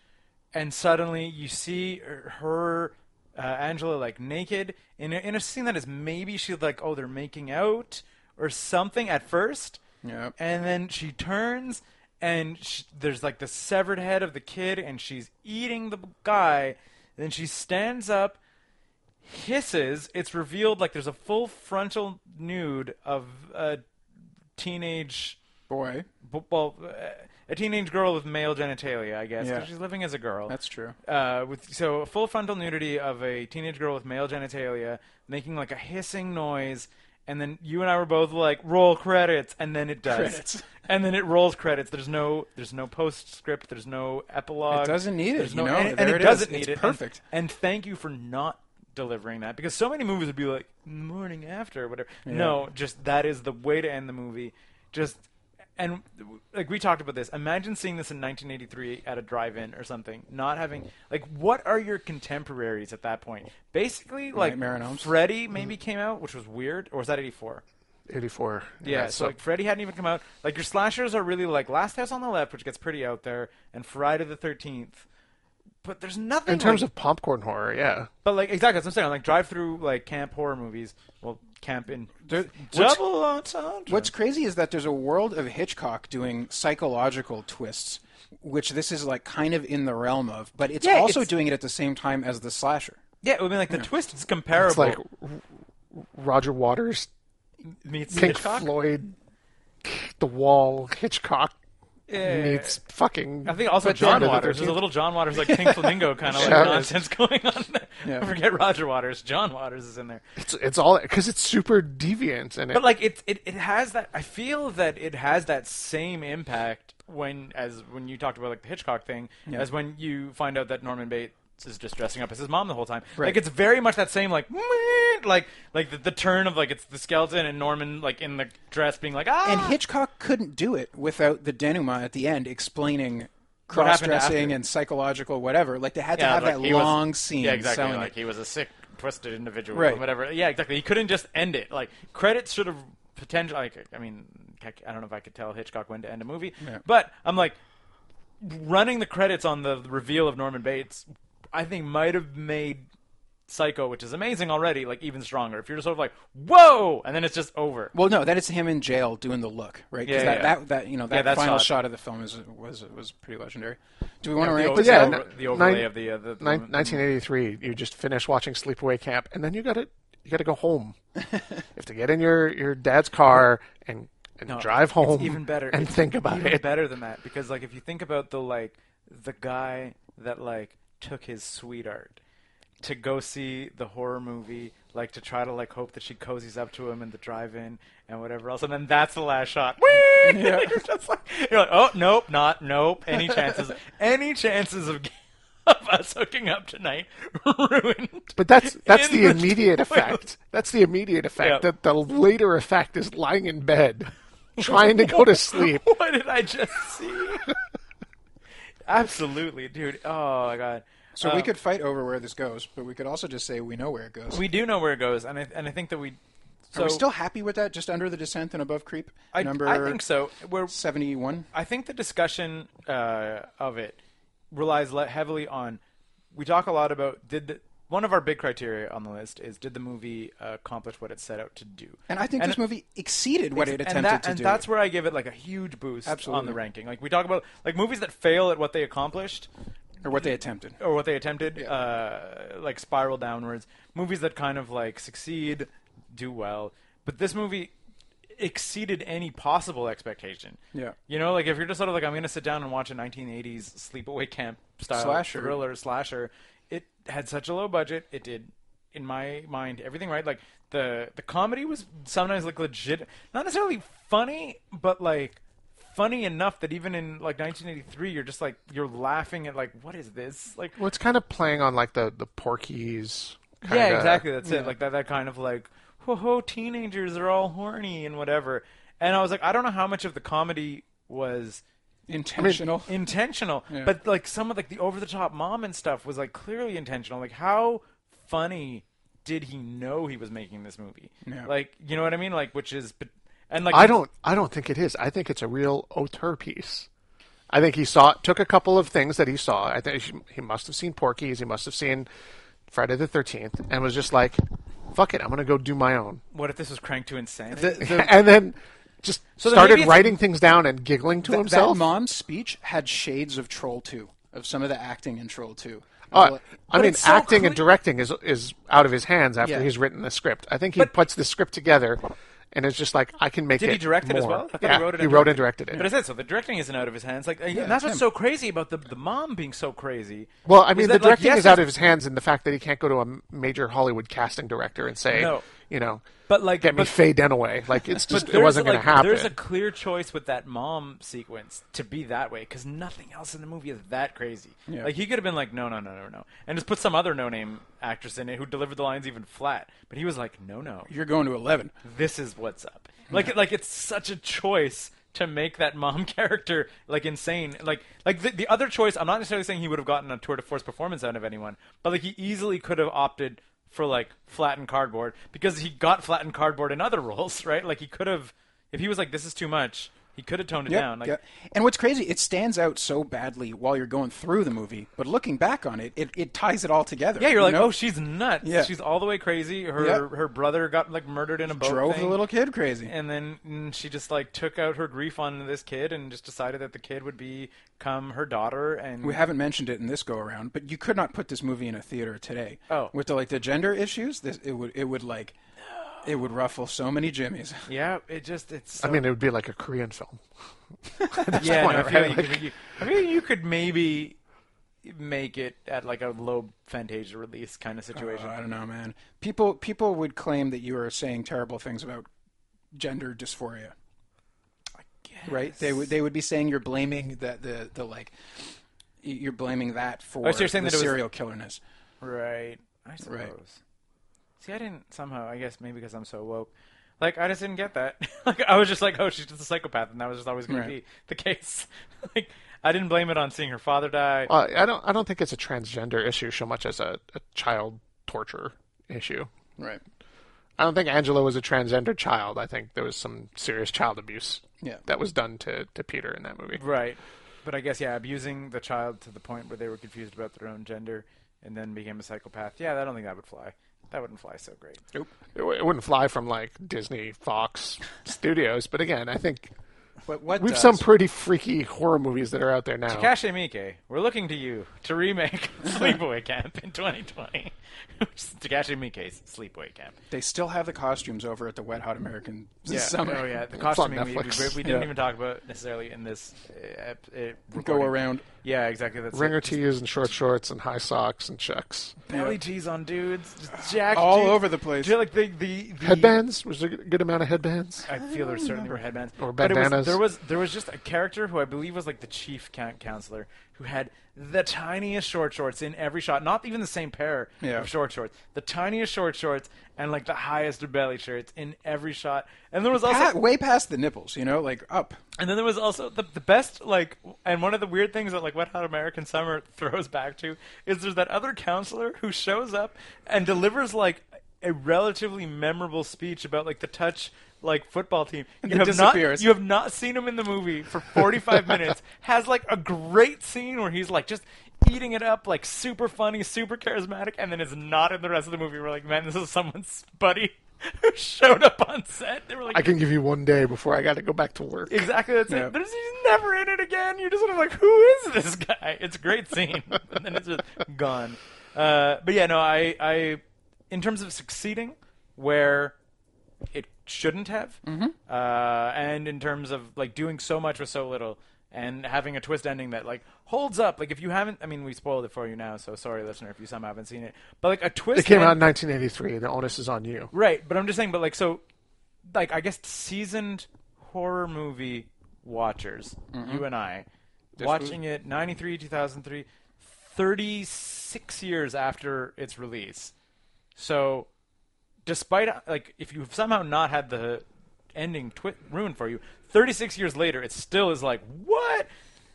B: and suddenly you see her- her uh, Angela like naked in a, in a scene that is maybe she's like oh they're making out or something at first.
C: Yep.
B: And then she turns and sh there's like the severed head of the kid and she's eating the guy. Then she stands up, hisses. It's revealed like there's a full frontal nude of a teenage
C: boy,
B: b- well, uh, a teenage girl with male genitalia, I guess, 'cause
C: Yeah.
B: she's living as a girl.
C: that's true.
B: Uh, with so full frontal nudity of a teenage girl with male genitalia making like a hissing noise, and then you and I were both like, roll credits, and then it does,
C: Credits.
B: and then it rolls credits. There's no, there's no postscript, there's no epilogue.
C: It doesn't need it,
B: There's
C: you
B: no,
C: know?
B: and, and
C: There
B: it,
C: it is.
B: doesn't need
C: It's
B: it. And-
C: perfect.
B: And, thank you for not delivering that because so many movies would be like morning after or whatever. No, just that is the way to end the movie. Just and like we talked about this. Imagine seeing this in 1983 at a drive-in or something. Not having like what are your contemporaries at that point? Basically, like
C: Nightmare on Elm Street.
B: Freddy maybe came out, which was weird, or was that 84?
D: 84.
B: Yeah, so, like Freddy hadn't even come out. Like your slashers are really like Last House on the Left, which gets pretty out there, and Friday the Thirteenth. But there's nothing
D: in terms
B: like-
D: of popcorn horror, yeah.
B: But like exactly, that's what I'm saying. Like drive-through like camp horror movies. Well, camp in
C: There- what's-
B: double entendre.
C: What's crazy is that there's a world of Hitchcock doing psychological twists, which this is like kind of in the realm of, but it's
B: Yeah,
C: also
B: it's-
C: doing it at the same time as the slasher.
B: yeah? I mean, like the twist is comparable.
D: It's like R- Roger Waters,
B: meets
D: Pink
B: Hitchcock.
D: Floyd, The Wall, Hitchcock
B: Yeah.
D: meets fucking.
B: I think also
D: But
B: John
D: then-
B: Waters. There's a little John Waters like Pink Flamingo kind of like
D: Sure.
B: nonsense going on. There. Forget Roger Waters. John Waters is in there.
D: It's, it's all because it's super deviant and it.
B: But like it, it, it has that. I feel that it has that same impact when as when you talked about like the Hitchcock thing, as when you find out that Norman Bates is just dressing up as his mom the whole time. Like it's very much that same like meh, like like the, the turn of like it's the skeleton and Norman like in the dress being like ah
C: And Hitchcock couldn't do it without the denouement at the end explaining
B: What
C: cross
B: happened
C: dressing
B: after?
C: and psychological whatever. Like they had to
B: Yeah,
C: have
B: like,
C: that
B: he was-
C: long scene
B: Yeah, exactly.
C: selling
B: Like
C: it.
B: he was a sick, twisted individual,
C: Right.
B: or whatever. Yeah, exactly. He couldn't just end it. Like credits should have potential. Like I mean, I c- I don't know if I could tell Hitchcock when to end a movie, but I'm like running the credits on the reveal of Norman Bates. I think might have made Psycho, which is amazing already, like even stronger. If you're just sort of like whoa, and then it's just over.
C: Well, no, that is him in jail doing the look, right? 'Cause
B: Yeah,
C: that,
B: yeah.
C: that that you know
B: Yeah,
C: that
B: that
C: final
B: shot.
C: shot of the film is was was pretty legendary. Do we want to
B: the,
C: rank
B: over-
C: this?
D: yeah,
B: the,
D: no-
B: over- the overlay
D: nine-
B: of the, uh, the, the
D: Nin- 1983, you just finished watching Sleepaway Camp, and then you got to you got to go home. you have to get in your, your dad's car and, and drive home.
B: Uh, It's even better.
D: and
B: It's
D: think about
B: even
D: it.
B: Better than that, because like if you think about the like the guy that like took his sweetheart to go see the horror movie, like to try to like hope that she cozies up to him in the drive-in and whatever else, and then that's the last shot. Whee! you're just like you're like, oh nope, not nope. Any chances? any chances of. Of us hooking up tonight ruined.
D: But that's that's
B: in
D: the immediate
B: toilet.
D: effect. That's the immediate effect.
B: Yeah.
D: That the later effect is lying in bed, trying to go to sleep.
B: What did I just see? Absolutely, dude. Oh my god.
C: So we could fight over where this goes, but we could also just say we know where it goes.
B: We do know where it goes, and I and I think that we. So
C: Are we still happy with that? Just under the descent and above creep.
B: I,
C: number
B: I think so. We're
C: seventy-one.
B: I think the discussion uh, of it relies le- heavily on. We talk a lot about did the, one of our big criteria on the list is did the movie uh, accomplish what it set out to do?
C: And I think
B: And
C: this movie exceeded what it attempted
B: and that,
C: to
B: and
C: do.
B: that's where I give it like a huge boost on
C: Absolutely.
B: the ranking. Like we talk about like movies that fail at what they accomplished.
C: or what they attempted.
B: or what they attempted, uh, like spiral downwards. Movies that kind of like succeed, do well, but this movie exceeded any possible expectation.
C: Yeah.
B: you know, like if you're just sort of like, I'm going to sit down and watch a 1980s sleepaway camp
D: Oh,
B: style
C: Slasher.
B: thriller slasher. It had such a low budget. It did, in my mind, everything right. Like the the comedy was sometimes like legit, not necessarily funny, but like funny enough that even in like 1983 you're just like you're laughing at like what is this like
D: Well, it's kind of playing on like the the Porky's. Kinda,
B: yeah, exactly. That's it. Like that, that kind of like, ho ho, teenagers are all horny and whatever. And I was like, I don't know how much of the comedy was
C: Intentional.
B: intentional, but like some of like the over the top mom and stuff was like clearly intentional. Like how funny did he know he was making this movie? Like you know what I mean? Like which is, but- and like
D: I don't I don't think it is. I think it's a real auteur piece. I think he saw took a couple of things that he saw. I think he, he must have seen Porky's. He must have seen Friday the Thirteenth, and was just like, "Fuck it, I'm gonna go do my own."
B: What if this was cranked to insanity?
D: and then just
B: then maybe
D: started
B: it's-
D: writing things down and giggling to
C: Th-
D: himself.
C: That mom's speech had shades of Troll 2, of some of the acting in Troll 2.
D: Uh, I
B: But
D: mean,
B: it's so
D: acting and
B: cle-
D: directing is is out of his hands after
C: Yeah.
D: he's written the script. I think he
B: But-
D: puts the script together, and it's just like I can make
B: Did
D: it.
B: he direct it as
D: more.
B: well? I thought
D: yeah,
B: he wrote it.
D: he wrote and directed it.
B: But I said so. The directing isn't out of his hands. Like, and
C: it's
B: that's what's
C: him.
B: so crazy about the the mom being so crazy.
D: Well, I
B: is
D: mean,
B: that,
D: the
B: like,
D: directing
B: yes,
D: is out
B: it's-
D: of his hands, and the fact that he can't go to a major Hollywood casting director and say,
B: No.
D: you know,
B: But like,
D: get me
B: but,
D: Faye Dunaway. Like it's
B: but
D: just it
B: there's,
D: wasn't going
B: like,
D: to happen.
B: There's a clear choice with that mom sequence to be that way because nothing else in the movie is that crazy.
C: Yeah.
B: Like he could have been like, no, no, no, no, no, and just put some other no-name actress in it who delivered the lines even flat. But he was like, no, no,
C: You're going to eleven.
B: this is what's up. Like, like it's such a choice to make that mom character like insane. Like, like the, the other choice. I'm not necessarily saying he would have gotten a tour de force performance out of anyone, but like he easily could have opted for like flattened cardboard because he got flattened cardboard in other roles, right? Like he could have, if he was like, this is too much, he could have toned it
C: Yep,
B: down. Like,
C: yep. And what's crazy, it stands out so badly while you're going through the movie, but looking back on it, it, it ties it all together.
B: yeah, you're
C: you
B: like,
C: know?
B: oh, she's nuts.
C: Yeah.
B: she's all the way crazy. Her
C: Yep.
B: her brother got like murdered in a boat.
C: drove the
B: thing.
C: little kid crazy.
B: and then mm, she just like took out her grief on this kid and just decided that the kid would become her daughter and
C: we haven't mentioned it in this go around, but you could not put this movie in a theater today.
B: Oh.
C: with the like the gender issues, this it would it would like it would ruffle so many jimmies.
B: yeah it just it's so,
D: I mean, it would be like a Korean film.
B: yeah no, I, feel
D: right?
B: like you, you- I feel you could maybe make it at like a low fantasia release kind of situation
C: I don't know, man. People people would claim that you are saying terrible things about gender dysphoria. Right? They would they would be saying you're blaming that the the like you're blaming that for
B: Oh, so you're saying
C: the
B: that it was-
C: serial killerness.
B: Uh-huh. right i suppose see i didn't somehow i guess maybe because i'm so woke like i just didn't get that like i was just like oh she's just a psychopath and that was just always going
C: Right.
B: to be the case like i didn't blame it on seeing her father die
D: Uh, I don't. I don't think it's a transgender issue so much as a, a child torture issue.
C: Right.
D: I don't think Angela was a transgender child. I think there was some serious child abuse
C: Yeah.
D: that was done to, to Peter in that movie.
B: Right. But I guess yeah, abusing the child to the point where they were confused about their own gender and then became a psychopath. Yeah, I don't think that would fly. That wouldn't fly so great.
D: It, w- it wouldn't fly from like Disney, Fox studios, but again, I think
C: But what
D: we've
C: does-
D: some pretty freaky horror movies that are out there now.
B: Takashi Miike, we're looking to you to remake Sleepaway Camp in 2020. Which is Takashi Miike's Sleepaway Camp.
C: they still have the costumes over at the Wet Hot American summer
B: Oh yeah, the
D: on
B: costuming we, we,
D: Netflix.
B: we didn't
C: Yeah.
B: even talk about necessarily in this uh, ep- uh,
C: go
B: recording.
C: around.
B: Yeah, exactly. That's
D: Ringer
B: it. Just
D: tees and short shorts and high socks and chucks.
B: belly tees on dudes, just jacked
C: All
B: dudes.
C: over the place.
B: Just like the, the, the
D: Headbands? Was there a good amount of headbands?
B: I feel there certainly were headbands
D: Or
B: But it was-
D: bandanas.
B: there was there was just a character who I believe was like the chief coun counselor who had the tiniest short shorts in every shot, not even the same pair
C: Yeah.
B: of short shorts, the tiniest short shorts and like the highest belly shirts in every shot. And there was also
C: Pat, way past the nipples, you know, like up.
B: and then there was also the, the best, like, and one of the weird things that, like, Wet Hot American Summer throws back to is there's that other counselor who shows up and delivers, like, a relatively memorable speech about, like, the touch, like, football team. You
C: then
B: have, not,
C: disappears.
B: you have not seen him in the movie for 45 minutes. Has, like, a great scene where he's, like, just eating it up, like, super funny, super charismatic, and then is not in the rest of the movie. We're like, man, this is someone's buddy who showed up on set. They were like,
D: I can give you one day before I got to go back to work.
B: Exactly. That's
C: Yeah.
B: it. There's, he's never in it again. You're just sort of like, who is this guy? It's a great scene, and then it's just gone. Uh, but yeah, no, I, I, in terms of succeeding, where it shouldn't have,
D: Mm-hmm.
B: uh, and in terms of like doing so much with so little, and having a twist ending that like holds up. Like if you haven't, I mean, we spoiled it for you now, so sorry, listener, if you somehow haven't seen it. But like a twist.
D: It came
B: end-
D: out in 1983. The onus is on you.
B: Right, but I'm just saying, but like, so, like, I guess seasoned horror movie watchers, you and I, watching it 93, 2003, 36 years after its release. So, despite, like, if you've somehow not had the ending twi- ruined for you, 36 years later, it still is like, what?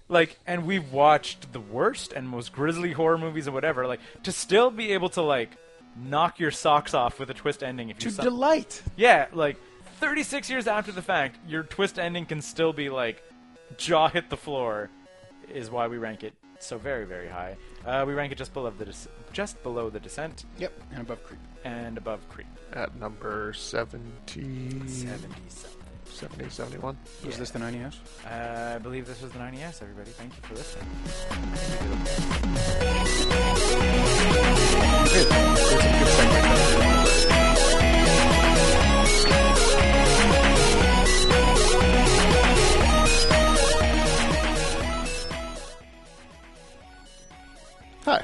B: Like, and we've watched the worst and most grisly horror movies and whatever. Like, to still be able to, like, knock your socks off with a twist ending if you
C: To
B: some-
C: delight.
B: yeah, like 36 years after the fact, your twist ending can still be like jaw hit the floor is why we rank it so very very high. Uh, we rank it just below the Des- just below the descent
C: Yep. And above creep.
B: and above creep.
D: At number 70,
B: 77.
D: 70 71.
C: Was this the 90s?
B: Uh, I believe this was the 90s everybody. Thank you for listening.
D: Hi.